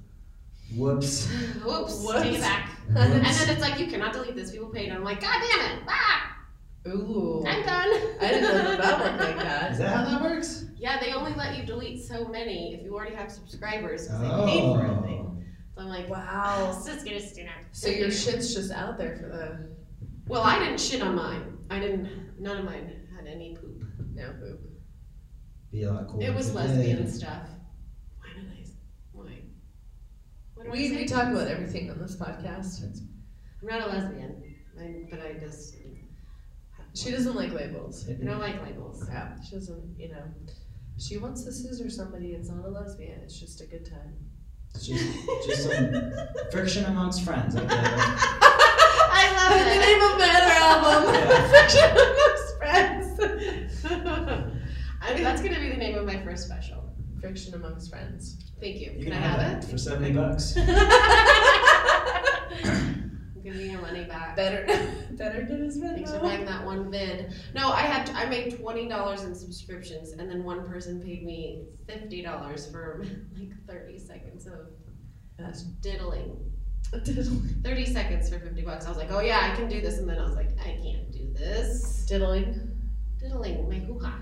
A: Whoops.
C: Whoops.
B: Whoops.
C: Take it back. And
A: Whoops.
C: then it's like, you cannot delete this. People paid. And I'm like, God damn it! Ah,
B: Ooh.
C: I'm done.
B: I didn't know that that worked like
A: Is
B: that.
A: that how that works?
C: Yeah, they only let you delete so many if you already have subscribers because they paid for everything.
A: Oh.
C: So I'm like,
B: Wow.
C: This is gonna stand up.
B: So your shit's just out there for the
C: Well, I didn't shit on mine. I didn't. None of mine had any poop.
B: now poop.
A: Be a lot cooler.
C: It was
A: if Oh, did.
C: lesbian stuff. Why did I? Why? What did I
B: We,
C: say?
B: we talk about everything on this podcast.
C: I'm not a lesbian, I, but I just.
B: She doesn't like labels.
C: I don't like labels.
B: Yeah, she doesn't, you know. She wants to scissor somebody. It's not a lesbian. It's just a good time.
A: It's just, just some friction amongst friends. I guess.
B: the
C: I
B: name of my other album.
A: Yeah.
B: Friction amongst friends.
C: love it. That's gonna be the name of my first special.
B: Friction amongst friends.
C: Thank you.
A: You
C: Can I have
A: that for seventy bucks.
C: it? Give me your money back.
B: Better, better get his
C: Thanks for buying that one vid. No, I had I made twenty dollars in subscriptions, and then one person paid me fifty dollars for like thirty seconds of
B: That's
C: diddling.
B: diddling.
C: Thirty seconds for fifty bucks. I was like, oh yeah, I can do this, and then I was like, I can't do this.
B: Diddling.
C: Diddling my hoo ha,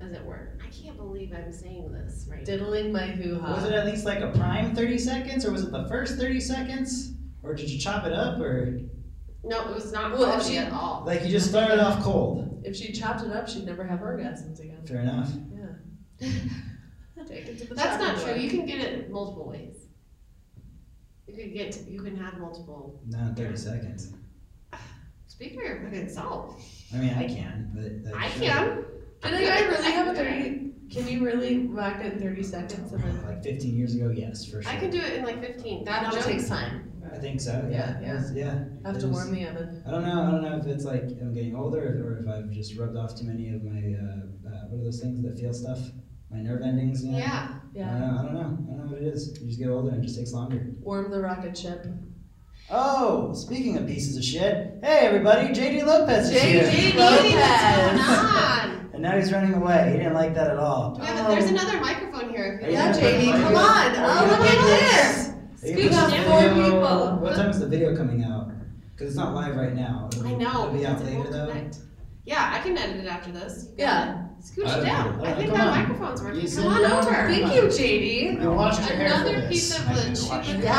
C: as it were. I can't believe I'm saying this right. now.
B: Diddling my
C: Uh-huh.
A: Was it
B: hoo-ha.
A: at least like a prime thirty seconds, or was it the first thirty seconds, or did you chop it up, or
C: No, it was not
B: Well, if
C: quality
B: she-
C: at all.
A: like you just started off cold?
B: If she chopped it up, she'd never have orgasms again.
A: Fair enough.
B: Take it to the
C: That's not
B: chopping
C: true.
B: block.
C: You can get it multiple ways. You can get you can have multiple.
A: Not in thirty seconds.
C: Speak for your fucking self.
A: I mean, I can, but that-
C: I can.
B: Did I guy really have a 30? Can you really rock it in 30 seconds? And then,
A: Like fifteen years ago, yes, for sure.
C: I can do it in like fifteen. That
B: That
C: joke
B: takes time.
A: I think so.
B: Yeah,
A: Yeah, yeah. yeah.
B: I have to warm the oven.
A: I don't know. I don't know if it's like I'm getting older or if I've just rubbed off too many of my uh, uh, what are those things that feel stuff? My nerve endings. You know?
C: Yeah.
A: I
B: Yeah.
A: don't, know, I don't know. I don't know what it is. You just get older and it just takes longer.
B: Warm the rocket ship.
A: Oh, speaking of pieces of shit, hey everybody, JD Lopez is
B: JD
A: here.
C: JD,
B: Lopez.
C: what's going on?
A: And now he's running away. He didn't like that at all.
C: Yeah, but
B: Um,
C: there's another microphone here. If you
B: Yeah,
A: Are
C: want.
A: you
B: JD,
A: gonna-
B: come on.
A: are
B: Oh,
A: you
B: look
A: gonna
B: at
A: put
B: this.
A: Are you
B: Scoot
A: gonna
B: up
A: put
B: four
A: the video-
B: people.
A: What time is the video coming out? Because it's not live right now. It'll-
C: I know.
A: It'll be out
C: because it
A: later
C: won't
A: though.
C: connect. Yeah, I can edit it after this. You
B: Yeah.
C: can Scooch
A: I
C: it
A: don't
C: down.
A: know.
C: I think
A: Come
C: that
A: on.
C: microphone's
A: You
C: working.
A: sit
C: Come on
A: down.
C: over.
B: Thank you, JD.
A: I washed your hair for
C: Another piece
A: this. Oh,
C: of
D: I did
C: legit
D: watch
C: shit
D: it.
C: with
B: Yes.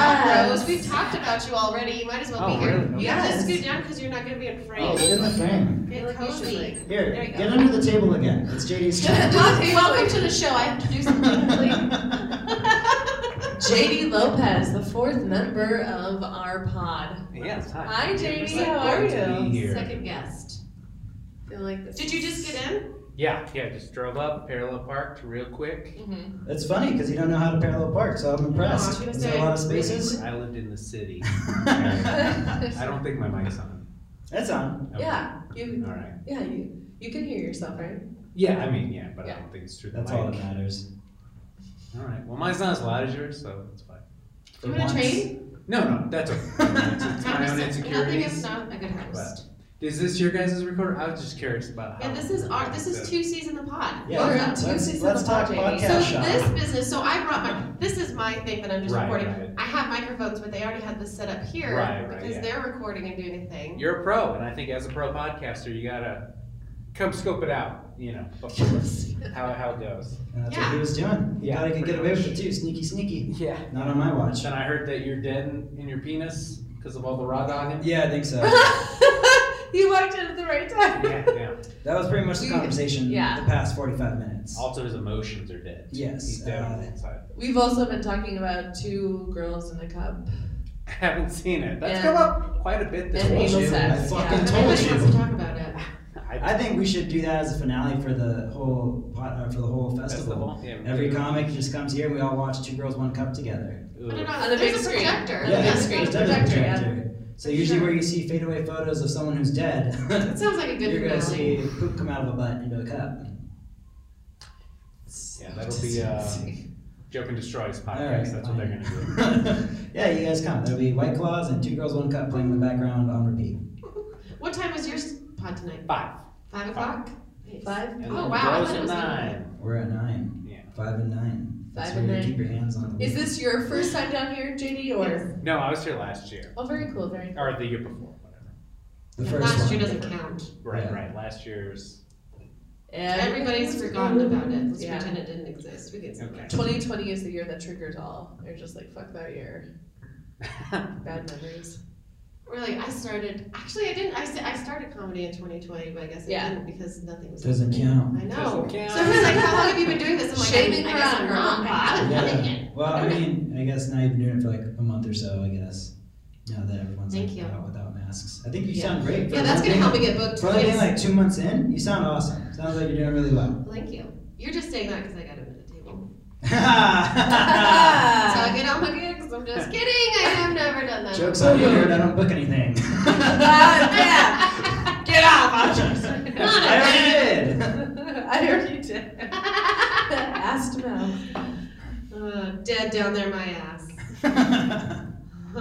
C: Rose. We've talked about you already. You might as well
A: Oh,
C: be here.
A: really?
C: You have to
B: Yes.
C: scoot down because you're not going to be in frame.
A: Oh, get in the frame.
C: Get cozy.
A: Here,
C: There you go.
A: get under the table again. It's JD's turn.
C: Welcome welcome to the show. I have to do something. please.
B: JD Lopez, the fourth member of our pod.
D: Yes, hi.
B: Hi, JD.
D: Excited
B: How are
A: to be
B: you?
A: here.
C: Second guest.
B: Feel like this.
C: Did you just get in?
E: Yeah, yeah, just drove up, parallel parked real quick.
B: Mhm.
A: It's funny because you don't know how to parallel park,
C: Oh,
A: so I'm
C: I was
A: impressed.
C: gonna
A: Is there a
C: say,
A: lot of spaces?
E: I lived in the city. I
A: I
E: don't think my mic's on.
A: That's on.
E: Okay,
B: Yeah. You.
E: All right.
B: Yeah. You. You can hear yourself, right?
E: Yeah, I mean, yeah, but
B: Yeah.
E: I don't think it's through the
A: That's
E: mic.
A: all that matters.
E: All right. Well, mine's not as loud as yours, so it's fine.
A: For
C: You want
A: once.
C: to trade?
E: No, no, that's okay. It's, it's my own
C: Nothing is
E: insecurities.
C: not a good host.
E: Is this your guys' recorder? I was just curious about how.
C: Yeah, this is our, this is two C's in the pod. uh,
A: Yeah,
B: All right,
A: let's,
B: two
A: let's,
B: seasons
A: let's
B: of
A: talk
B: podcast.
A: podcast
C: So
A: shop.
C: this business, so I brought my, this is my thing that I'm just
E: Right,
C: recording.
E: right.
C: I have microphones, but they already had this set up here.
E: Right, right,
C: Because
E: yeah.
C: they're recording and doing a thing.
E: You're a pro, and I think as a pro podcaster, you gotta come scope it out. You know, before how how it goes.
A: And that's
C: yeah.
A: what he was doing. He
E: Yeah,
A: thought he could
E: pretty
A: get away with
E: much.
A: it too. Sneaky, sneaky.
E: Yeah.
A: Not on my watch.
E: And I heard that you're dead in, in your penis because of all the rod on him.
A: Yeah, I think so.
B: you walked in at the right time.
E: Yeah, yeah.
A: That was pretty much the
B: We-
A: conversation
B: yeah.
A: the past 45 minutes.
E: Also, his emotions are dead.
A: Yes,
E: He's dead on
A: uh,
E: the inside.
B: We've also been talking about two girls in a cup.
E: I haven't seen it. That's
B: Yeah.
E: come up quite a bit this
B: And
A: told
E: week.
B: anal
A: you.
B: sex.
A: I
B: yeah.
A: fucking told
C: Everybody
A: you.
C: wants to talk about it.
A: I think we should do that as a finale for the whole pot, uh, for the whole festival.
E: Yeah,
A: Every comic just comes here and we all watch Two Girls One Cup together.
E: Ooh.
C: But no,
B: On
C: no,
B: the big
C: there's a
B: screen.
C: projector.
B: Yeah,
A: there's-
C: That's
B: screen.
A: there's
B: the
C: good.
A: a
B: projector, yeah.
A: So
C: For
A: usually
C: sure.
A: where you see fadeaway photos of someone who's
C: That
A: dead,
C: sounds like a good
A: you're gonna
C: finale.
A: see poop come out of a butt into a cup.
E: Yeah, that'll be uh, Joke and Destroy's podcast. That's what they're going to do.
A: yeah, you guys come. There'll be White Claws and Two Girls One Cup playing in the background on repeat.
C: What time was your s- pod tonight?
E: Five.
C: Five o'clock? Nice.
B: Five.
E: And
C: Oh,
E: then
C: wow, I
E: Girls
C: thought it
E: at
C: was gonna be-
E: nine.
A: We're at nine.
E: Yeah.
A: Five and nine. That's
B: Five
A: where
B: and
A: you keep
B: nine.
A: your hands on the
B: Is
A: wheel.
B: this your first time down here, JD, or?
C: Yes.
E: No, I was here last year.
B: Oh, very cool, very.
E: Or the year before, whatever.
A: the
C: And
A: first
C: Last
A: one.
C: year doesn't count.
E: Right,
A: Yeah.
E: right. Last year's.
C: Everybody's forgotten about it. Let's
B: Yeah.
C: pretend it didn't exist. We can say
E: Okay.
C: that.
B: 2020 is the year that triggers all. They're just like, fuck that year, bad memories.
C: really, I started. Actually, I didn't. I, st- I started comedy in 2020, but I guess I
B: Yeah.
C: didn't because nothing was.
A: Doesn't count.
C: I know.
E: Doesn't count.
C: So everyone's like, "How long have you been doing this?" I'm like,
B: Shaving
C: I
B: her
C: guess
B: on
C: I'm
B: her
C: wrong.
B: own
C: I haven't done it yet.
A: Well, I mean, I guess now you've been doing it for like a month or so. I guess now that everyone's
C: Thank
A: like,
C: you.
A: out without masks, I think you
B: Yeah.
A: sound great. for
C: Yeah, that's
A: one
C: gonna
A: thing-
C: help me get booked.
A: For only being
C: Yes.
A: like two months in, you sound awesome. Sounds like you're doing really well.
C: Thank you. You're just saying that because I got him at the table. so I
A: Jokes
C: get all my gigs. I'm just kidding. I have never done that.
A: on you, nerd. I don't book anything.
B: Ah,
C: Uh, Get off!
A: I'm just- I already did.
B: I already did. Asked him.
C: Uh, dead down there my ass.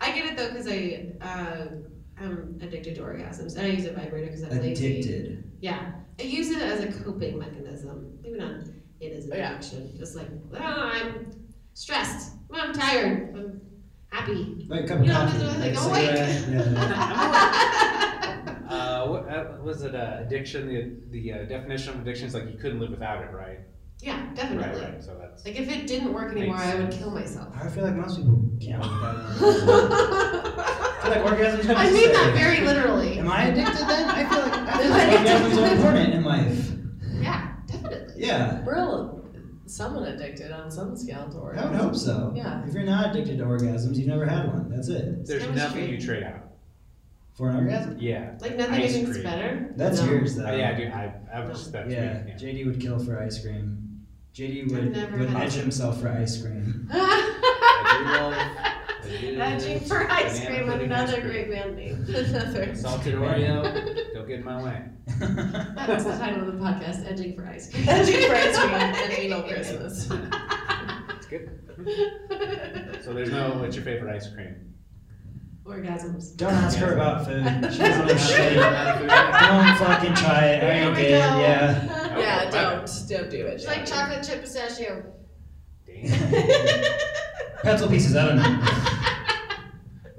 C: I get it though because I uh, I'm addicted to orgasms and I use a vibrator because I'm lazy.
A: Addicted.
C: Yeah, I use it as a coping mechanism. Maybe not it
E: Oh,
C: is an
B: Yeah.
C: addiction. Just like oh, I'm stressed. Oh, I'm tired. I'm happy.
A: Like a cup of
C: You know,
A: coffee.
C: just like,
A: a
C: oh, wait.
A: cigarette, yeah.
E: Uh, what, uh, was it uh, addiction? The the uh, definition of addiction is like you couldn't live without it, right?
C: yeah, definitely.
E: Right, right. So that's
C: Like if it didn't work anymore,
E: Makes
C: I would
E: sense.
C: kill myself.
A: I feel like most people can't with that. I
C: I
A: feel like orgasms are
C: mean that
A: necessary.
C: very literally.
A: Am I addicted then? I feel like, I feel
B: Am I
A: like
B: addicted?
A: orgasms are important in life.
C: Yeah, definitely.
A: Yeah,
B: We're all someone addicted on some scale to
A: I would hope so.
B: Yeah.
A: If you're not addicted to orgasms, you've never had one. That's it.
E: there's
C: chemistry.
E: nothing you trade out.
A: For an orgasm?
E: Yeah,
C: Like nothing
E: Ice
C: even
E: cream.
C: better.
A: That's
C: No.
A: yours though.
E: uh, yeah, dude. I I was just that's me,
A: Yeah,
E: yeah.
A: JD would kill for ice cream. JD would,
C: never
A: would
C: had-
A: edge himself for ice cream.
E: I do love-
C: Edging for ice
E: Banana
C: cream with
E: pudding ice
C: another
E: cream.
C: great man name.
B: Another.
E: Salted Oreo, go get my way.
C: That's the title of the podcast, Edging for Ice Cream.
B: Edging for ice cream and anal Christmas.
E: It's good. So there's no what's your favorite ice cream?
C: Orgasms.
A: Don't ask her about food. She doesn't know shit.
E: She's
A: Don't fucking try it. I
C: There
A: already
C: we
A: did,
C: go.
A: yeah.
B: Yeah, don't don't do it.
C: It's like chocolate chip pistachio.
A: Pretzel pieces, I don't know.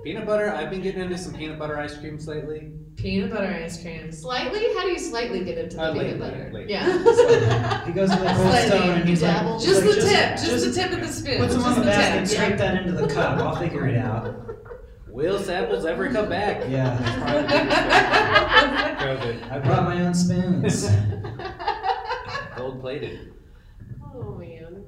E: Peanut butter. I've been getting into some peanut butter ice creams lately.
B: Peanut butter ice creams.
C: Slightly? How do you slightly get into the
E: Uh,
C: peanut
E: lately,
C: butter?
E: lately.
B: Yeah.
A: He goes to the cold
C: Slightly
A: stone and he's
C: dabble.
A: like,
B: Just
A: like,
B: the tip, just, the tip of the spoon.
A: Put some
B: just
A: on the basket and
B: tip.
A: scrape that into the cup. I'll figure it out.
E: Will samples ever come back?
A: Yeah.
E: That's probably the biggest
A: I brought my own spoons.
E: COVID. Gold plated.
C: Oh man.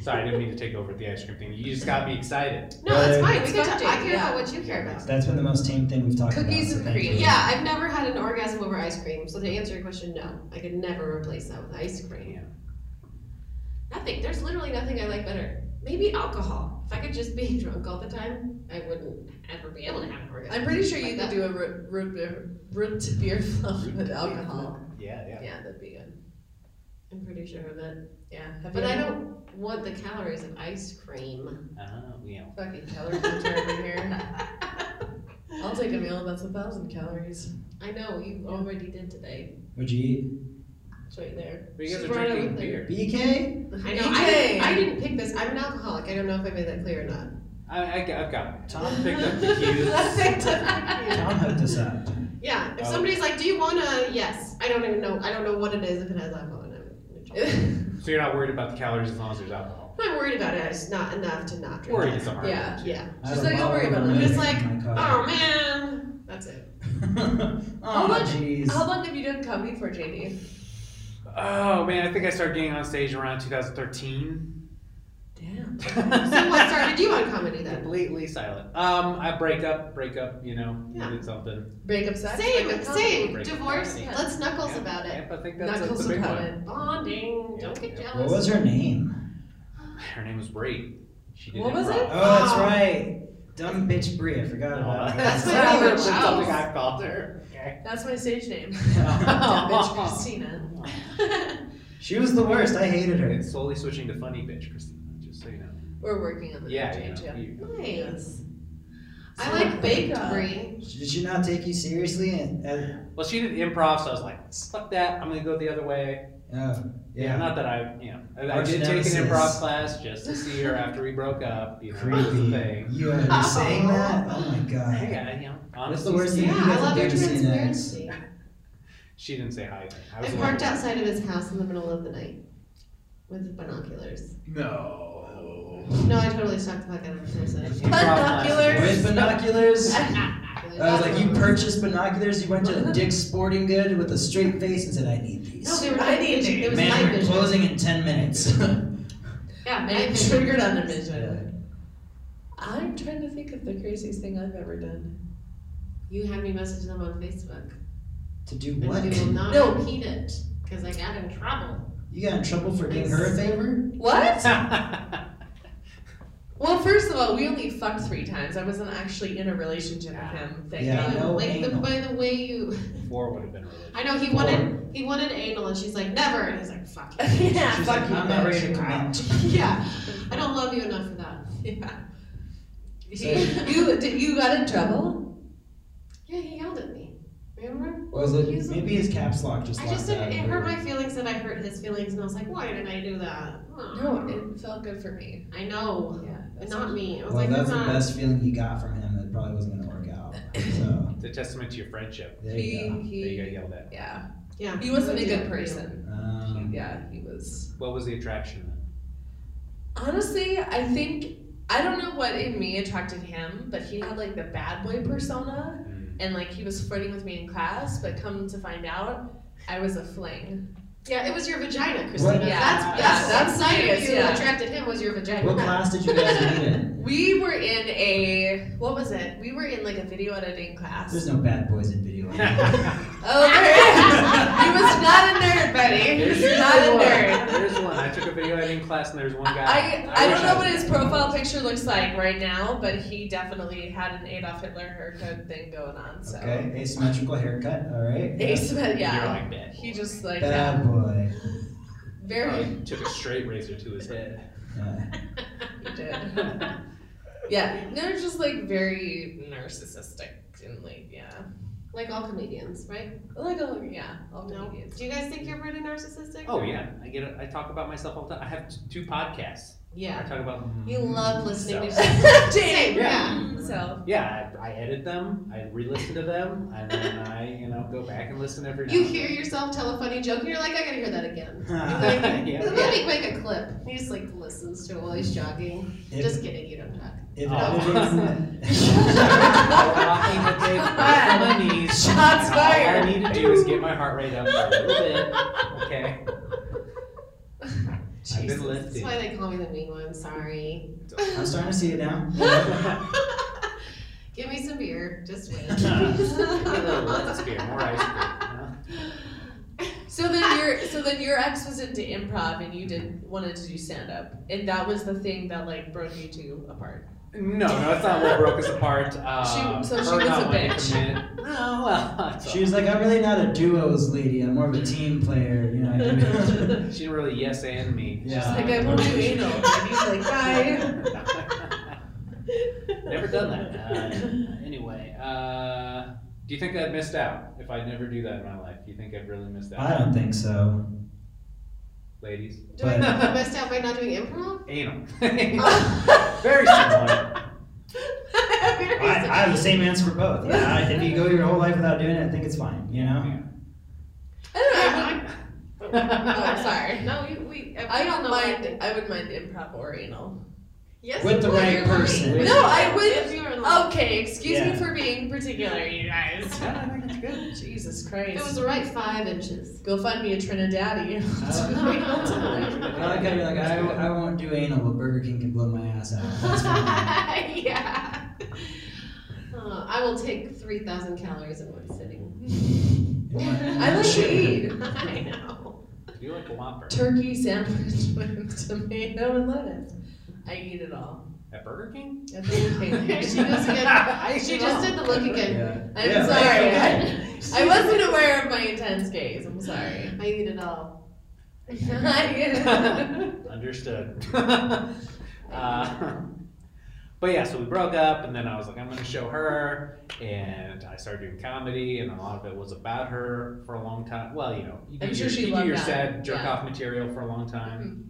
E: Sorry, I didn't mean to take over the ice cream thing. You just got me excited.
C: No, that's
A: Right.
C: fine. We
B: It's
C: can talk.
B: tempting,
C: I care
B: yeah.
C: about what you care about.
A: That's been the most tame thing we've talked about.
B: Cookies
A: so
B: and
A: thank you.
B: cream.
C: Yeah, I've never had an orgasm over ice cream, so to answer your question, no. I could never replace that with ice cream.
E: Yeah.
C: Nothing. There's literally nothing I like better. Maybe alcohol. If I could just be drunk all the time, I wouldn't ever be able to have an orgasm.
B: I'm pretty sure you could do a root, root, beer, root to beer float with alcohol.
E: Yeah, yeah.
B: Yeah, that'd be good.
C: I'm pretty sure of it.
B: Yeah. Have
C: But
B: you
C: I
B: ever-
C: don't want the calories of ice cream.
E: Oh, yeah.
B: Fucking calorie counter over here. I'll take a meal that's a thousand calories.
C: I know, you already did today.
A: Would you
C: It's right there.
E: But you guys
C: She's
E: are
C: right
E: drinking
C: over there.
A: eat
E: beer.
A: BK?
C: I know. I didn't, I didn't pick this. I'm an alcoholic. I don't know if I made that clear or not.
E: I, I, have got it.
A: Tom
E: picked up the
B: I
E: cues.
B: picked up the cues.
A: Tom hooked us up.
C: Yeah, if
A: Um,
E: Oh.
C: somebody's like, "Do you wanna?" Yes, I don't even know. I don't know what it is if it has alcohol in it. I'm neutral.
E: So you're not worried about the calories as long as there's alcohol.
C: I'm not worried about it. It's not enough to not drink.
E: Worried
C: it.
E: is a hard word.
B: Yeah.
C: Yeah.
A: I
B: She's
A: have a
B: like, "Don't
A: bottle
B: worry
A: of
B: about it."
A: milk
C: It's
A: in
C: like,
A: my car.
C: Oh man, that's it.
A: oh,
B: much-
A: jeez.
B: How long have you done comedy for, JD?
E: Oh man, I think I started getting on stage around 2013.
B: Damn.
C: So what started you on comedy then?
E: Completely silent. Um, I break up, break up. You know,
C: Yeah.
E: did something.
B: Breakup sex?
C: Same,
B: breakup
C: same.
E: Break it
C: Divorce.
E: down.
B: Yeah.
C: Let's knuckles
E: Yeah,
C: about it.
E: Yep, I think that's, that's
B: Knuckles
E: the big
B: about
E: one.
B: it.
C: Bonding.
E: Yeah.
C: Don't get
E: Yeah.
C: jealous.
A: what was her name?
E: Her name was Brie. She did
B: What was
E: improv.
B: it?
A: Oh, that's
C: Wow.
A: right. Dumb bitch Brie. I forgot
E: Oh,
A: about
C: That's
E: that's
A: that.
C: what I
E: something-
C: was-
E: something I called her. Okay.
B: That's my stage name.
E: Oh.
B: Bitch Christina.
A: She was the worst. I hated her.
E: It's slowly switching to funny bitch, Christina. Just so you know.
B: We're working on the
E: Yeah,
B: name
E: you
B: change,
E: know,
B: yeah.
E: you-
C: nice. I
B: So,
C: like baked
B: uh,
C: brie.
A: Did she not take you seriously? And, uh, and,
E: Well, she did improv, so I was like, fuck that. I'm gonna go the other way.
A: oh,
E: Yeah,
A: yeah.
E: not that I, you know, I, I
A: Arch
E: did take
A: nemesis.
E: an improv class just to see her after we broke up. You know, that was the
A: Creepy.
E: thing.
A: You are saying that? Oh my god.
E: Hey, I, you know,
A: That's
E: honestly,
A: the worst thing
C: Yeah,
A: you
C: I
A: guys
C: love
A: have
C: your
A: done to see next.
C: transparency.
E: she didn't say hi. I
C: I
E: was the
C: parked
E: one-
C: outside of his house in the middle of the night with binoculars.
E: No.
C: No, I totally stuck the fuck out of it.
A: With
B: Binoculars.
A: binoculars. I was
C: I
A: like, you purchased binoculars. You went to Dick's Sporting Good with a straight face and said, I need these.
C: No, they were
B: I
C: night
B: need
C: vision.
B: it.
C: It was
A: Man,
C: night
A: we're
C: vision.
A: closing in 10 minutes.
C: Yeah, night
B: I'm
C: vision.
B: triggered on the vision.
A: Yeah.
B: I'm trying to think of the craziest thing I've ever done.
C: You had me message them on Facebook.
A: to do
C: And
A: what?
C: we will not
B: No.
C: repeat it because I got in trouble.
A: You got in trouble for giving her a favor?
B: What?
E: yeah.
B: Well, first of all, we only fucked three times. I wasn't actually in a relationship with him. Thank
A: Yeah,
B: God.
A: I know.
C: like the,
A: anal.
C: by the way you,
E: Four would have been really.
C: I know he wanted he wanted anal, and she's like never, and he's like fuck. you.
B: yeah,
A: She's
B: fuck
A: like,
B: you.
A: I'm not ready to come
B: Kyle."
A: out.
C: yeah, I don't love you enough for that.
B: Yeah.
A: So-
B: you did you got in trouble?
C: Yeah, he yelled at me. Remember?
A: Was it?
C: He's-
A: Maybe his caps lock just
C: I
A: locked
C: just didn't,
A: out.
C: it hurt my feelings that I hurt his feelings, and I was like, why did I do that?
B: No, it felt good for me.
C: I know,
B: Yeah.
C: not me. I was
A: Well,
C: like,
A: that's
C: I'm
A: the
C: not.
A: best feeling you got from him. It probably wasn't going to work out. So,
E: It's a testament to your friendship
A: there
B: he,
A: you go.
E: that you got
B: he
E: yelled at.
B: yeah.
C: Yeah,
B: He wasn't a good person.
A: Um,
B: Yeah, he was
E: What was the attraction then?
B: Honestly, I think I don't know what in me attracted him, but he had like the bad boy persona,
E: Mm.
B: and like he was flirting with me in class. But come to find out, I was a fling.
C: Yeah, it was your vagina, Christina.
A: What?
B: Yeah.
C: That's
B: Yeah,
C: that's,
B: that's
C: the side of
B: serious,
C: you
B: yeah.
C: that attracted him was your vagina.
A: what class did you guys meet in?
B: We were in a what was it? We were in like a video editing class.
A: There's no bad boys in video.
B: oh, there he was not a nerd, buddy. He was
E: There's
B: not a
E: one.
B: nerd.
E: There's one. I took a video editing class and there's one guy.
B: I, I
E: wish
B: don't know
E: was
B: what his
E: there.
B: profile picture looks like right now, but he definitely had an Adolf Hitler haircut thing going on. So
A: okay, asymmetrical haircut. All right.
B: Ace, but yeah.
E: You're like bad.
B: He
E: boy.
B: just like yeah,
A: Bad boy.
B: very
E: Probably Oh, took a straight razor to his head.
A: Yeah.
B: he did. Yeah, they're just like very narcissistic and like yeah,
C: Like all comedians, right?
B: like oh yeah, all
C: No.
B: comedians.
C: Do you guys think you're pretty narcissistic?
E: oh yeah, I get. It. I talk about myself all the time. I have t- two podcasts. I
C: Yeah.
E: talk about.
C: You love listening to
E: So-
C: yourself.
B: Same,
E: yeah.
B: So
E: Yeah, I, I edit them. I re-listen to them, and then I, you know, go back and listen every.
C: You
E: now and
C: hear yourself tell a funny joke and you're like, I gotta hear that again.
E: then.
C: Let
E: yeah.
C: me make a clip. He just like listens to it while he's jogging.
A: If,
C: Just kidding, you don't jog.
A: if
E: Oh.
A: editing,
E: Walking the day on my knees.
B: Shots
E: All I
B: fired.
E: need to do is get my heart rate up a little bit. Okay. I've been
C: That's
E: lifting.
C: why they call me the mean one. Sorry.
A: I'm starting to see it now.
C: Give me some beer. Just wait.
E: Let's be more ice cream. huh?
B: so then your so then your ex was into improv and you did wanted to do stand up and that was the thing that like broke you two apart.
E: No, no, that's not what broke us apart. Uh,
B: She- so she
E: her
B: was
E: not
B: a
E: wanting to
B: bitch.
E: commit. Oh well. it's
A: She was like, I'm really not a duos lady. I'm more of a team player. You know. What I mean?
E: all- She didn't really yes and me.
A: Yeah.
B: She's like I won't do anal. And he's like bye.
E: never done that. Uh, anyway, uh, do you think I'd missed out if I'd never do that in my life? Do you think I'd really missed out,
A: I don't think so.
E: ladies?
C: Do I
A: But-
C: not messed out by not doing improv?
E: Anal. Very similar.
A: I, I have the same answer for both. Yeah. I- If you go your whole life without doing it, I think it's fine. You know.
B: I don't know. I wouldn't- Oh, I'm
E: yeah.
B: sorry.
C: No, you, we,
B: I
C: don't
B: don't mind. I would mind improv or anal.
C: Yes,
A: With
C: you
A: the
C: would,
A: right
C: you're lying.
A: person.
E: With-
B: No, I would-
C: If you were lying.
B: Okay, excuse
A: Yeah.
B: me for being particular, you guys.
E: I think it's good.
B: Jesus
C: If
B: Christ.
C: it was the right five inches.
B: Go find me a Trinidadian.
A: I like how you're like, I, I won't do anal, but Burger King can blow my ass out. That's fine.
C: yeah. Uh, I will take 3,000 calories in one sitting.
B: I like to eat
C: I know.
E: You like a Whopper
B: turkey sandwich with tomato and lettuce. I eat it all.
E: at Burger King?
B: I think
C: She
B: it pays.
C: just did, she just did the look again.
A: Yeah.
B: I'm
A: Yeah,
B: sorry.
A: right,
B: I wasn't aware of my intense gaze. I'm sorry.
C: I eat it all.
E: Understood. uh, but yeah, so we broke up, and then I was like, I'm going to show her, and I started doing comedy, and a lot of it was about her for a long time. Well, you know, you do
B: I'm sure
E: your,
B: she
E: you do
B: loved
E: your
B: that.
E: sad jerk
B: Yeah. Mm-hmm.
E: off material for a long time.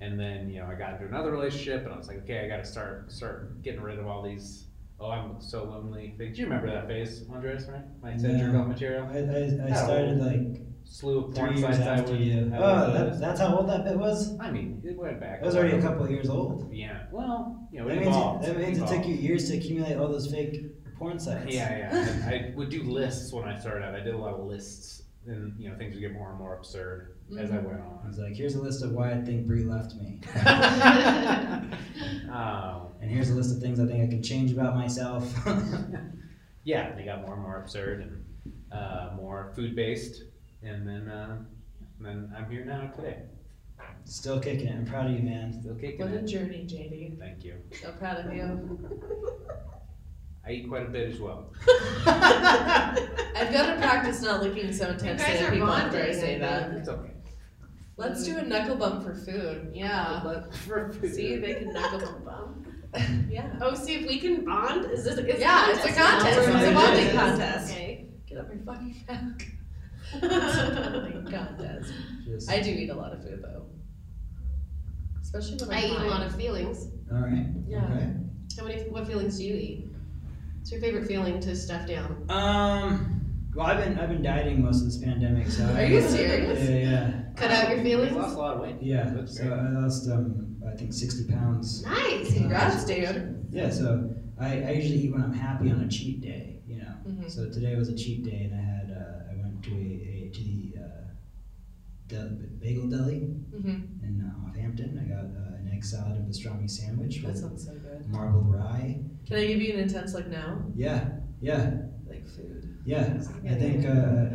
E: And then you know I got into another relationship, and I was like, okay, I got to start start getting rid of all these. Oh, I'm so lonely. Things. You remember that phase, Andres, right? My sad
A: No.
E: jerk off material.
A: I, I, I started like
E: slew of
A: Three
E: porn
A: years
E: sites Oh. I
A: after
E: was.
A: you.
E: I
A: Oh,
E: was-
A: that, that's how old that bit was.
E: I mean, it went back.
A: That was already a couple of years old.
E: Yeah. Well, you know,
A: That
E: it
A: means,
E: evolved.
A: it, that means it took you years to accumulate all those fake porn sites.
E: Yeah, yeah. I would do lists when I started out. I did a lot of lists, and you know, things would get more and more absurd as I went
A: I
E: on.
A: was like, here's a list of why I think Brie left me,
E: um,
A: and here's a list of things I think I can change about myself.
E: yeah, they got more and more absurd and uh, more food based, and then uh, and then I'm here now today,
A: Still kicking it. I'm proud of you, man.
E: still kicking
B: What a
E: it.
B: journey, JD.
E: Thank you.
B: So proud of you.
E: I eat quite a bit as well.
B: I've got to practice not looking so
C: guys
B: intensely at
C: are
B: people after I
C: bonding,
B: say
C: I
B: that.
E: It's okay.
B: Let's do a knuckle bump for food. Yeah.
E: But for food,
B: See, they can knuckle bump. Yeah.
C: oh, see if we can bond. Is this? Is
B: Yeah, it's a contest.
A: It's a
B: bonding
C: contest.
B: Get up your fucking back.
C: Okay.
B: contest.
A: Just
B: I do eat a lot of food though. Especially when I'm
C: I eat a
B: high.
C: lot of feelings.
A: all right.
B: Yeah.
A: Okay.
C: How many? What feelings do you eat? What's your favorite feeling to stuff down?
A: Um. Well, I've been I've been dieting most of this pandemic, so.
B: Are
A: I-
B: you serious?
A: Yeah, yeah,
C: Cut out your
E: You
C: feelings.
E: lost a lot of weight.
A: yeah.
E: That's
A: So I lost um I think sixty pounds.
C: Nice.
B: Congrats, dude.
A: Yeah. So I, I usually eat when I'm happy on a cheat day. You know.
B: Mhm.
A: So today was a cheat day, and I had uh, I went to a, a to the uh, del- bagel deli
B: Mhm.
A: in uh, Northampton. I got uh, an egg salad and pastrami sandwich
B: That
A: with
B: sounds so good.
A: marbled rye.
B: Can I give you an intense like now?
A: Yeah, yeah,
B: Like food.
A: yeah. I
B: Okay.
A: think uh,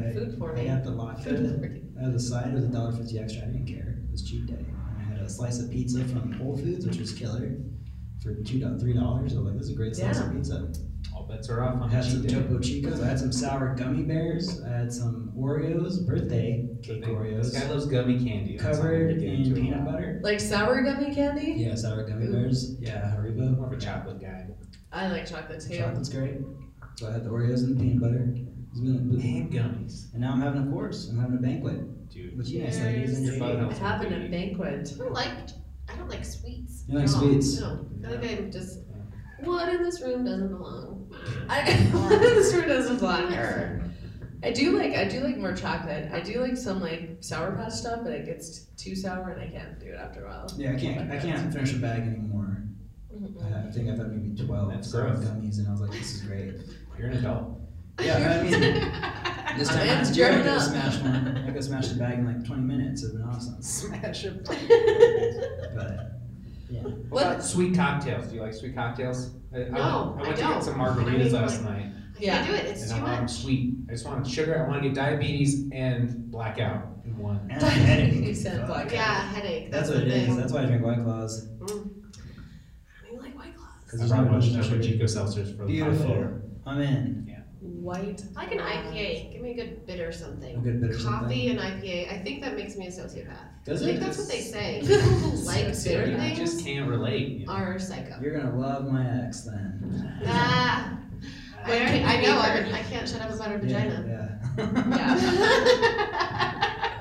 A: I,
B: Food for
A: I
B: me.
A: got the latte.
B: Food
A: I had Uh, the side it was a dollar fifty extra. I didn't care. It was cheat day. And I had a slice of pizza from Whole Foods, which was killer, for two dollars, three dollars. I was like, "This is a great slice of pizza."
E: All bets are off
A: I
E: on
A: had
E: cheat
A: some
E: day.
A: Topo Chicos. I had some sour gummy bears. I had some Oreos, birthday
E: So
A: cake
E: they- This guy
A: Oreos,
E: loves gummy candy. That's all
A: covered
E: we get
A: in
E: into a
A: peanut
E: lot.
A: butter.
B: like sour gummy candy?
A: Yeah, sour gummy
B: Ooh.
A: bears. Yeah, Haribo.
E: More of a chocolate guy.
B: I like chocolate too.
A: Chocolate's great. So I had the Oreos and the peanut butter. It's been a-
E: And gummies,
A: and now I'm having a course. I'm having a banquet
E: dude.
A: with you guys, ladies and
E: Your
A: gentlemen.
E: butthole.
B: I have in a banquet.
C: I don't like. I don't like sweets.
A: You like
C: at all.
A: sweets?
C: No. I think I'm just. What in this room doesn't belong?
B: I this word doesn't belong here. I do like I do like more chocolate. I do like some like sour patch stuff, but it gets t- too sour and I can't do it after a while.
A: Yeah, I can't. I can't finish a bag anymore.
B: Mm-mm.
A: I I think I've had maybe twelve
E: That's
A: sour
E: gross.
A: gummies, and I was like, "This is great."
E: You're an adult.
A: Yeah, I mean, this time
B: I'm
A: last year I
B: grown
A: could have
B: up.
A: smashed one. I could have smashed a bag in like 20 minutes. It'd been awesome.
E: Smash him.
A: But
E: What about sweet cocktails? Do you like sweet cocktails? I, I
C: No,
E: went- I went
C: I
E: to
C: don't.
E: get some
C: I mean,
E: margaritas last night,
C: I
B: Yeah.
C: can't do it. It's
E: and
C: too
E: I want them
C: much.
E: sweet. I just want sugar. I want to get diabetes and blackout in one.
A: and a headache.
B: You said
A: Fuck.
B: black.
C: Yeah, headache.
A: That's
C: That's,
A: what
C: the
A: it
C: thing.
A: is. That's why I drink White Claws.
C: I mean, like white claws.
A: Because
E: I
A: there's
E: brought
A: not
E: a
A: much
E: bunch of
A: sugar.
E: Chico seltzers for the cocktail.
A: Beautiful. I'm in.
B: White.
C: I like an IPA. Give me a good bitter something.
A: A good bitter
C: Coffee and IPA. I think that makes me a sociopath.
A: Does
C: I think
A: it?
C: that's what they say. People who like
E: Seriously,
C: bitter
E: I just
C: things
E: can't relate. you know?
C: are psycho.
A: You're gonna love my ex then.
C: Ah, I,
E: I-
C: already- I know. I, I can't shut up about her vagina.
A: Yeah.
B: Yeah.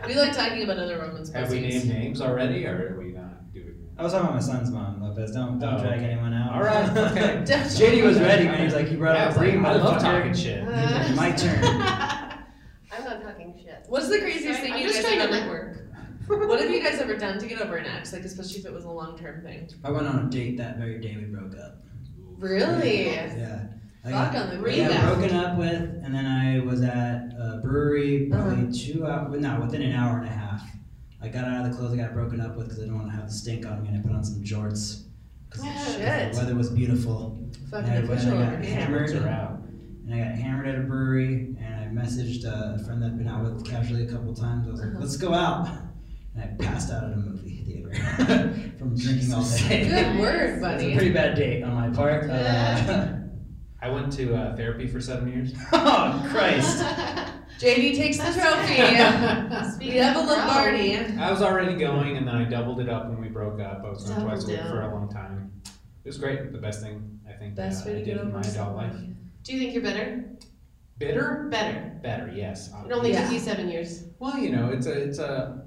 B: We like talking about other Romans.
E: Have we named names already, or are we not doing
A: I was talking about my son's mom, Lopez. Don't don't
E: Oh,
A: drag anyone
E: that?
A: out.
E: All right, okay.
A: JD was ready when he was like, "You brought
E: Yeah,
A: up Green
E: I love
A: motherfucker."
E: talking shit.
C: Uh,
A: Okay, my turn.
C: I'm not talking shit.
B: What's the craziest
C: Sorry,
B: thing
C: I'm
B: you
C: just
B: guys have
C: trying to
B: ever What have you guys ever done to get over an ex? Like especially if it was a long term thing.
A: I went on a date that very day we broke up.
B: Really?
A: Yeah. I
B: Fuck
A: got,
B: on the
A: I
C: Rebound.
A: got broken up with, and then I was at a brewery probably
B: Uh-huh.
A: two hours, no, within an hour and a half. I got out of the clothes I got broken up with because I didn't want to have the stink on me, and I put on some jorts. 'cause
B: Oh,
A: the
B: shit.
A: weather was beautiful.
B: Fucking
A: Yeah,
B: official
A: yeah,
B: over
A: yeah.
B: here.
A: Hammered.
E: Hammered out.
A: And I got hammered at a brewery, and I messaged uh, a friend that I'd been out with casually a couple times. I was like,
B: Uh-huh.
A: let's go out. And I passed out at a movie theater from drinking all day.
B: Good word,
A: It was a
B: buddy.
A: pretty bad date on my part. Uh,
E: I went to uh, therapy for seven years.
A: oh, Christ.
B: JD takes the trophy.
E: I
B: We have a Lombardi.
E: was already going, and then I doubled it up when we broke up. I was going
C: Doubled
E: twice a week
C: down.
E: for a long time. It was great. The best thing I think
B: Best
E: uh,
B: way
E: I
B: to
E: did
B: get
E: in my
B: over
E: adult life.
B: something.
C: Do you think you're better?
E: Bitter,
C: Better.
E: better, yes.
C: It only
B: Yeah.
C: took you seven years.
E: Well, you know, it's a it's a.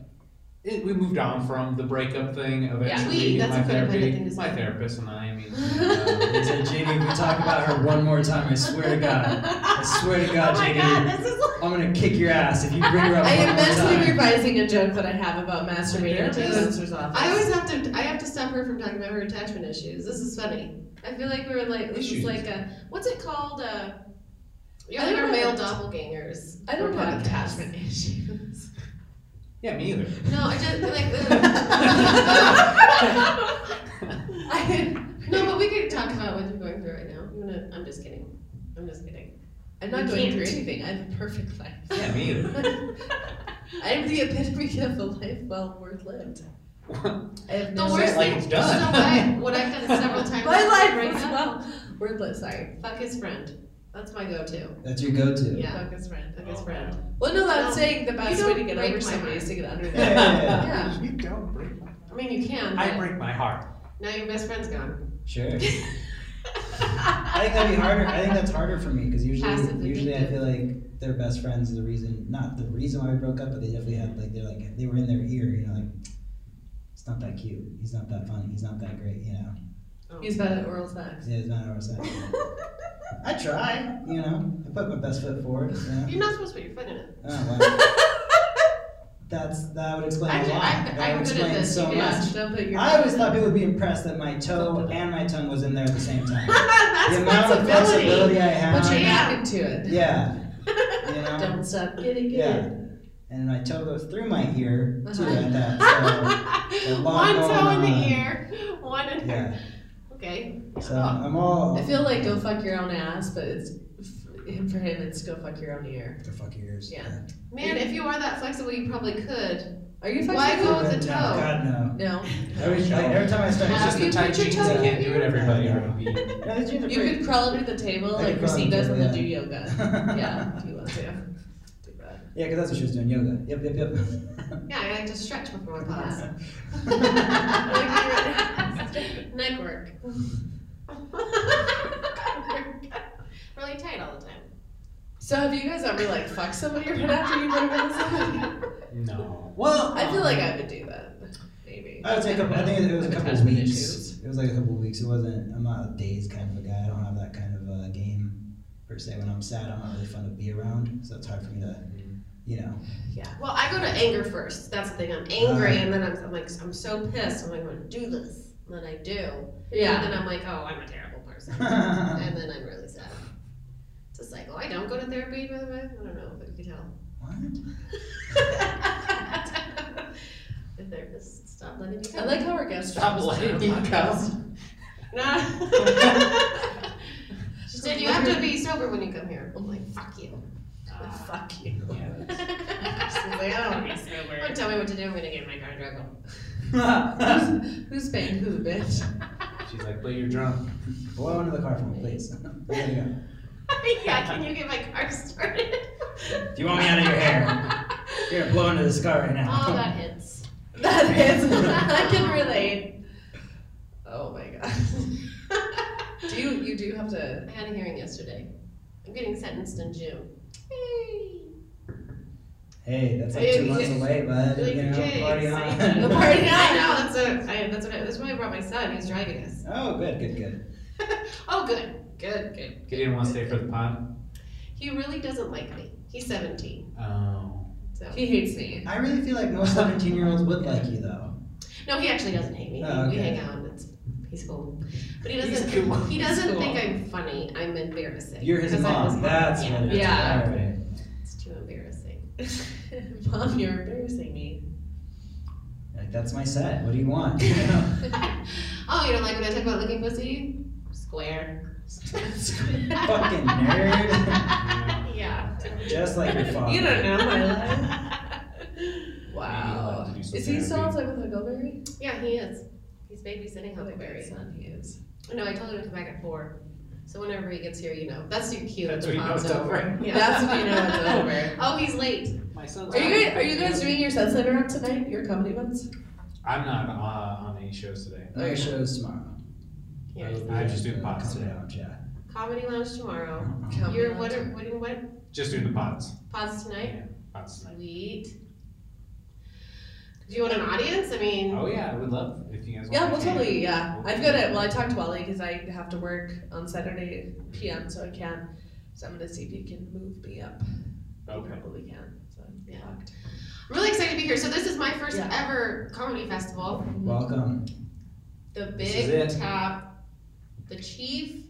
E: It, we moved on from the breakup thing. Eventually,
C: We- that's
E: my
C: a codependent
E: therapy,
C: thing to say.
E: my therapist and I. I mean,
A: They said, JD, if we talk about her one more time, I swear to God. I swear to God,
C: oh my
A: JD.
C: god, this is like.
A: I'm gonna kick your ass if you bring her up. one
B: I am
A: more
B: mentally
A: time.
B: revising a joke that I have about masturbating into
C: Therapist?
B: the censor's office.
C: I always have to. I have to stop her from talking about her attachment issues. This is funny. I feel like we were like this
A: Issues.
C: is like a what's it called? Uh, you're
B: I
C: like
B: don't
C: our
B: know.
C: male doppelgangers.
B: I don't
C: for
B: have
C: podcasts.
B: attachment issues.
E: Yeah, me either.
C: No, I just like.
B: I,
C: no, but we could talk about what you're going through right now. I'm gonna. I'm just kidding. I'm just kidding.
B: I'm not
C: You
B: going
C: can't.
B: through anything. I have a perfect life.
E: Yeah, me either.
B: I am the epitome of a life well worth lived. I have
C: The
B: no
E: Say
C: worst
E: it like
C: thing.
E: it's done.
C: So I, what I've done several times.
B: My life
C: Break
B: was
C: up,
B: well worth lived. Sorry,
C: Fuck his friend. That's my go-to.
A: That's your go-to.
C: Yeah.
B: fuck his friend.
C: Fuck his
E: Oh,
C: friend.
B: Well, no, I'm
C: No,
B: saying the best way
C: don't
B: to get
C: break
B: over
C: my
B: somebody
C: heart.
B: is to get under them.
E: Yeah.
C: Yeah.
E: You don't break my
C: I mean, you can.
E: I
C: but
E: break my heart.
C: Now your best friend's gone.
A: Sure. I think that'd be harder. I think that's harder for me because usually,
C: Passive
A: usually I
C: addictive.
A: feel like their best friends is the reason, not the reason why we broke up, but they definitely had like they're like they were in their ear, you know, like it's not that cute. He's not that funny. He's not that great. You know,
B: He's bad at oral sex.
A: yeah, it's not our side. I try. You know, I put my best foot forward. You know?
C: You're not supposed to put your foot in it.
A: Oh, wow. That's that would explain
C: Actually,
A: a lot.
C: I-
A: that
C: I'm
A: would
C: good at
A: explain
C: this,
A: so
C: you
A: much.
C: guys.
B: Don't put your
A: I always thought people would be impressed that my toe and my tongue was in there at the same time.
C: That's
A: the amount of
C: flexibility.
A: flexibility I
B: Put
A: have.
B: your back into it.
A: Yeah. You know?
B: Don't stop getting
A: Yeah.
B: it.
A: And my toe goes through my ear too
B: Uh-huh.
A: at that. long
C: one
A: going
C: toe in
A: on.
C: the ear, one
A: So
C: in her.
A: yeah.
C: Okay.
A: So I'm all
B: I feel like go fuck your own ass, but it's for him, for him it's go fuck your own ear.
A: the fuck your ears.
B: Yeah.
C: Man, if you are that flexible, you probably could.
B: Are you fucking?
C: Why go
A: But
C: with the toe?
A: no, God no.
B: No.
A: Every, like, every time I start
E: It's
C: Have
E: just
C: you
E: the tight
C: put your
E: jeans
C: toe
E: that
C: in
E: can't
C: your
E: do it.
C: ear?
E: Everybody
A: Yeah.
E: would be.
A: No, the jeans are
B: You
A: pretty-
B: could crawl under the table
A: I
B: like
A: could crawl
B: Christine
A: under
B: does
A: the
B: in the do
A: table,
B: yoga. Yeah, if you want to. Do that.
A: yeah, because that's what she was doing, yoga. Yep, yep, yep.
C: Yeah, I like to stretch before a class. Neck work. really tight all the time.
B: So have you guys ever like fucked somebody right after you put them in the sun?
E: No. Well,
B: I feel like I would do that. Maybe.
A: I would say a couple. I think it was a couple of
B: Attachment
A: weeks.
B: issues.
A: It was like a couple of weeks. It wasn't. I'm not a days kind of a guy. I don't have that kind of uh, game per se. When I'm sad, I'm not really fun to be around, so it's hard for me to, you know.
C: Well, I go to anger first. That's the thing. I'm angry, and then I'm, I'm like, I'm so pissed. I'm like, I'm gonna do this, and then I do.
B: Yeah.
C: And then I'm like, oh, I'm a terrible person,
A: What?
C: and then I'm really sad. It's a cycle. I don't go to therapy, by the way. I don't know, but you can tell. the therapist stopped letting me.
B: I like how our guest
E: Stop letting
B: "Oh
E: me come.
C: No. she said you have to be sober when you come here. I'm like, fuck you.
B: Ah, Fuck you.
E: Yeah.
C: She's like, I don't want to be sober. Don't tell me what to do. I'm gonna get in my car and drive home.
B: who's, who's paying who, bitch?
E: She's like, but you're drunk.
A: Blow into the car for me, please. There you go.
C: yeah, can you get my car started?
A: Do you want me out of your hair? You're gonna blow into this car right now.
C: Oh, that hits.
B: That is. I can relate. Oh my god. Do you you do have to?
C: I had a hearing yesterday. I'm getting sentenced in June.
A: Hey, that's like two
C: Hey,
A: months away, bud.
C: Like,
A: You know,
C: okay,
A: party
C: so-
A: on.
B: The party on.
C: I know. That's a, I, that's what I, that's why I brought my son. He's driving us.
A: Oh, good, good, good.
C: oh, good, good, good.
E: Gideon wants to stay for the pod.
C: He really doesn't like me. He's 17.
E: Oh.
C: So
B: He hates me.
A: I really feel like most 17 year olds would like you though.
C: no, he actually doesn't hate me.
A: Oh,
C: We
A: okay.
C: hang out. It's he's cool, but he
E: He's
C: doesn't.
E: cool.
C: He doesn't
E: He's cool.
C: think I'm funny. I'm embarrassing.
A: You're his
C: 'Cause I'm his
A: mom. That's
C: yeah.
A: what it is.
B: Yeah.
A: All right.
C: It's too embarrassing.
B: Mom, you're embarrassing me.
A: Like, that's my set. What do you want?
C: oh, you don't like when I talk about looking pussy? Square.
A: Fucking nerd.
C: yeah.
A: Just like your father.
B: You don't know my life.
C: yeah,
E: Maybe he'll have to
B: Wow.
E: do some
B: Is he still
E: therapy.
B: outside with Huckleberry?
C: he is. He's babysitting Huckleberry.
B: son, he is.
C: No, I told him to come back at four. So whenever he gets here, you know. That's too cute.
E: That's what you know
C: Mom's
E: it's over.
C: Yeah.
B: That's when you know it's over.
C: Oh, he's late.
E: My son's
B: Are you guys, are you guys doing your sets later on tonight? Your comedy ones?
E: I'm not uh, on any shows today.
A: Our show's tomorrow.
C: Here.
E: I'm just doing pots
A: Comedy
E: today.
A: lounge, yeah.
C: Comedy lounge tomorrow.
B: Come
C: You're
B: on.
C: what? Are, what? are- What?
E: Just doing the pods.
C: Pause tonight.
E: Yeah, pods tonight.
C: Sweet. Do you want an audience? I mean,
E: Oh yeah, I would love if you guys.
B: Yeah,
E: want
B: well,
E: to come.
B: totally. Yeah, I've got it. Well, I talked to Wally because I have to work on Saturday PM, so I can't. So I'm gonna see if he can move me up You
E: Okay.
B: probably can. So
C: Yeah.
B: fucked.
C: I'm really excited to be here. So this is my first
B: Yeah.
C: ever comedy festival.
A: Welcome.
C: The
E: This is
C: Big
E: it.
C: Top, the Chief,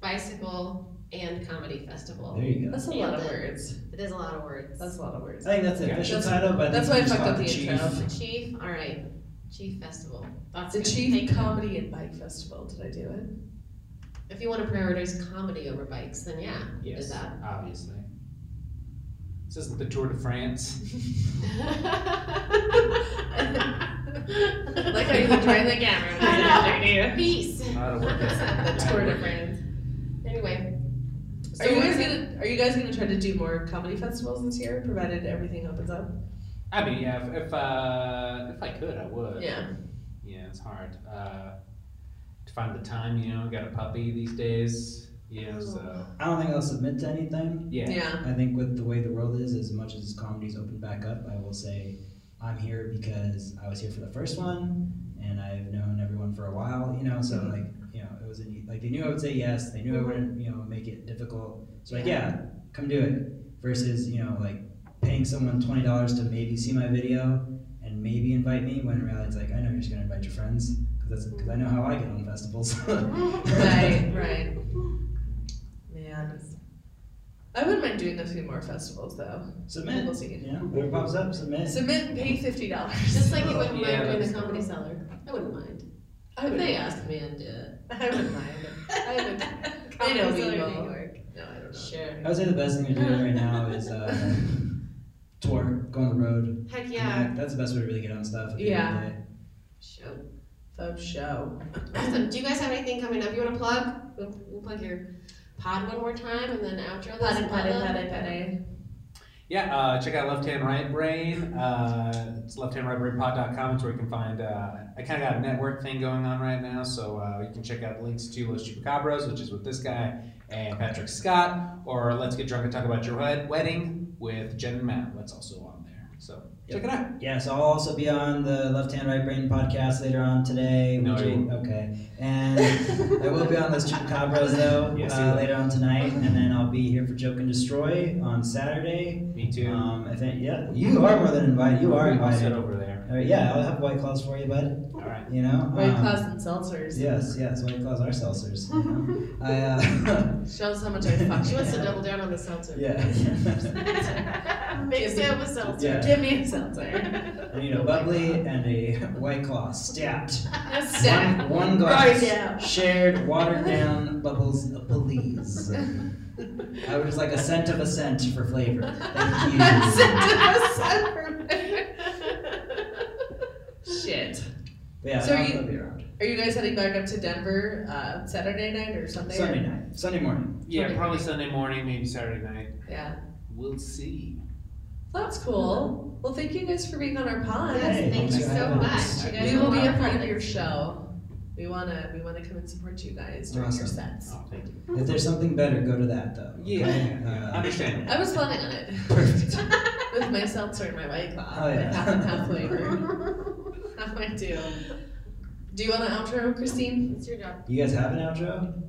C: Bicycle, and Comedy Festival.
A: There you go.
B: That's a
C: Yeah,
B: lot of
C: that-
B: words.
C: It is a lot of words.
B: That's a lot of words.
A: I think that's the
E: Yeah.
A: official
B: That's-
A: title, but I
B: that's
A: think
B: why I
A: we just
B: fucked
A: call
B: up
A: it
B: the
A: Chief.
B: intro.
C: the Chief. All right. Chief Festival. That's
B: The
C: good.
B: Chief
C: Thank you.
B: Comedy and Bike Festival. Did I do it?
C: If you want to prioritize comedy over bikes, then yeah. Is
E: Yes,
C: that?
E: obviously. This isn't the Tour de France.
C: like
B: Like how you looked right in the camera.
C: I know.
B: after you.
C: Peace.
E: Not a word.
B: That's
C: Tour de France. Anyway. So
B: Are you
C: we're
B: guys gonna Are you guys gonna try to do more comedy festivals this year, provided everything opens up?
E: I mean, yeah, if if, uh, if I could, I would.
B: Yeah.
E: Yeah, it's hard uh, to find the time. You know, got a puppy these days. Yeah, so
A: I don't think I'll submit to anything.
E: yeah.
A: I think with the way the world is, as much as comedies open back up, I will say I'm here because I was here for the first one, and I've known everyone for a while. You know, so
B: Mhm.
A: like you know, it was a, like they knew I would say yes. They
B: Mm-hmm.
A: knew I wouldn't you know make it difficult. So like yeah, come do it. Versus you know like paying someone twenty dollars to maybe see my video and maybe invite me when in reality it's like I know you're just gonna invite your friends because that's because I know how I get on festivals.
B: Right, right. Man, it's- I wouldn't mind doing a few more festivals though.
A: Submit.
B: We'll see.
A: Yeah, whoever pops up, submit.
B: Submit and pay fifty dollars.
C: Just like you wouldn't
E: Yeah,
C: mind doing
E: that's-
C: the comedy cellar. I wouldn't mind.
B: I
C: if
B: would.
C: they asked me, I'd do it.
B: I would mind. I would.
C: Comedy
B: know
C: Cellar
B: me
C: in
B: well.
C: New York.
B: No, I don't know.
C: Sure.
A: I would say the best thing to
B: Mm.
A: do right now is uh, tour, go on the road.
C: Heck yeah.
A: That's the best way to really get on stuff. at the
B: Yeah.
A: end of the day.
C: Show.
B: The show.
C: Awesome. Do you guys have anything coming up you want to plug? We'll, we'll plug your pod one more time and then outro this.
B: Pade, pade, pade, pade.
E: Yeah, uh, check out Left Hand Right Brain. Uh, it's lefthandrightbrainpod.com. It's where you can find. Uh, I kind of got a network thing going on right now, so uh, you can check out links to Los Chupacabras, which is with this guy and Patrick Scott, or Let's Get Drunk and Talk About Your Wed- Wedding with Jen and Matt. That's also on there. So check it out.
A: Yeah, so I'll also be on the Left Hand Right Brain podcast later on today.
E: No,
A: which
E: you
A: is- okay. And I will be on those Chupacabras though
E: Yes, you
A: uh,
E: will.
A: later on tonight, and then I'll be here for Joke and Destroy on Saturday.
E: Me too.
A: Um, I think yeah, you are more than invited. You are
E: I'll sit
A: invited.
E: over there.
A: All right, yeah, I'll have white claws for you, bud.
E: All right.
A: You know.
B: White
A: um,
B: claws and seltzers.
A: Yes, yes, white claws are seltzers. You know? I uh,
B: Shows how much I fuck.
C: She wants to
A: Yeah.
C: double down on the seltzer.
A: yeah.
C: Mix it with seltzer.
A: Yeah.
B: Give me a seltzer.
A: I need a bubbly and a white claw stamped.
C: Yes, sir.
A: One, one
B: Right
A: glass.
B: now.
A: Shared, watered down bubbles, please. I would just like a scent of a scent for flavor. Thank you.
B: Shit.
A: But yeah,
B: So are
A: I'll,
B: you-
A: I'll be around.
B: Are you guys heading back up to Denver uh, Saturday night or Sunday?
A: Sunday night, Sunday morning.
E: Yeah, probably Sunday morning, maybe Saturday night.
B: Yeah.
E: We'll see.
B: That's cool. Well, thank you guys for being on our pod.
C: Yes, thank you so much. You guys
B: We will
C: are
B: be a part of
C: welcome.
B: your show. We wanna we wanna come and support you guys during your
A: Awesome.
B: sets.
E: Oh, thank you.
A: If there's something better, go to that though. okay?
E: Yeah, yeah,
A: Uh,
E: understand.
B: I was planning on it
A: Perfect.
B: with my seltzer and my white claw,
A: Oh, yeah.
B: like half and half flavor. How I do. Do you want an outro, Christine?
C: It's your job.
A: You guys have an outro?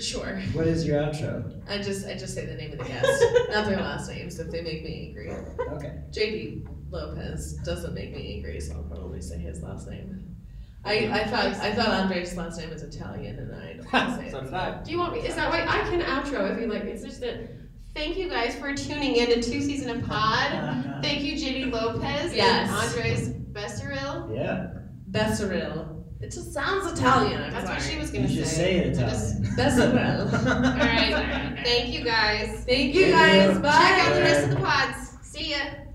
B: Sure.
A: What is your outro?
B: I just I just say the name of the guest, not their last names if they make me angry.
A: Okay.
B: JD Lopez doesn't make me angry, so I'll probably say his last name. I, I thought I thought Andre's last name is Italian, and I don't want to say
E: so
B: it.
E: did I.
C: Do you want me? Is that why I can outro if you like? It's just that. Thank you guys for tuning in to Two Season of Pod.
A: Uh,
C: Thank you, JD Lopez. And
B: Yes.
C: Andres Besseril.
A: yeah.
B: Besseril. It just sounds Italian. I'm
C: That's
B: sorry.
C: what she was
A: You
C: gonna
A: just say it
C: I just-
A: Italian.
B: Besseril.
C: All right. Thank you guys.
B: Thank you
A: Thank
B: guys.
A: you.
B: Bye.
C: Check out the rest of the pods. See ya.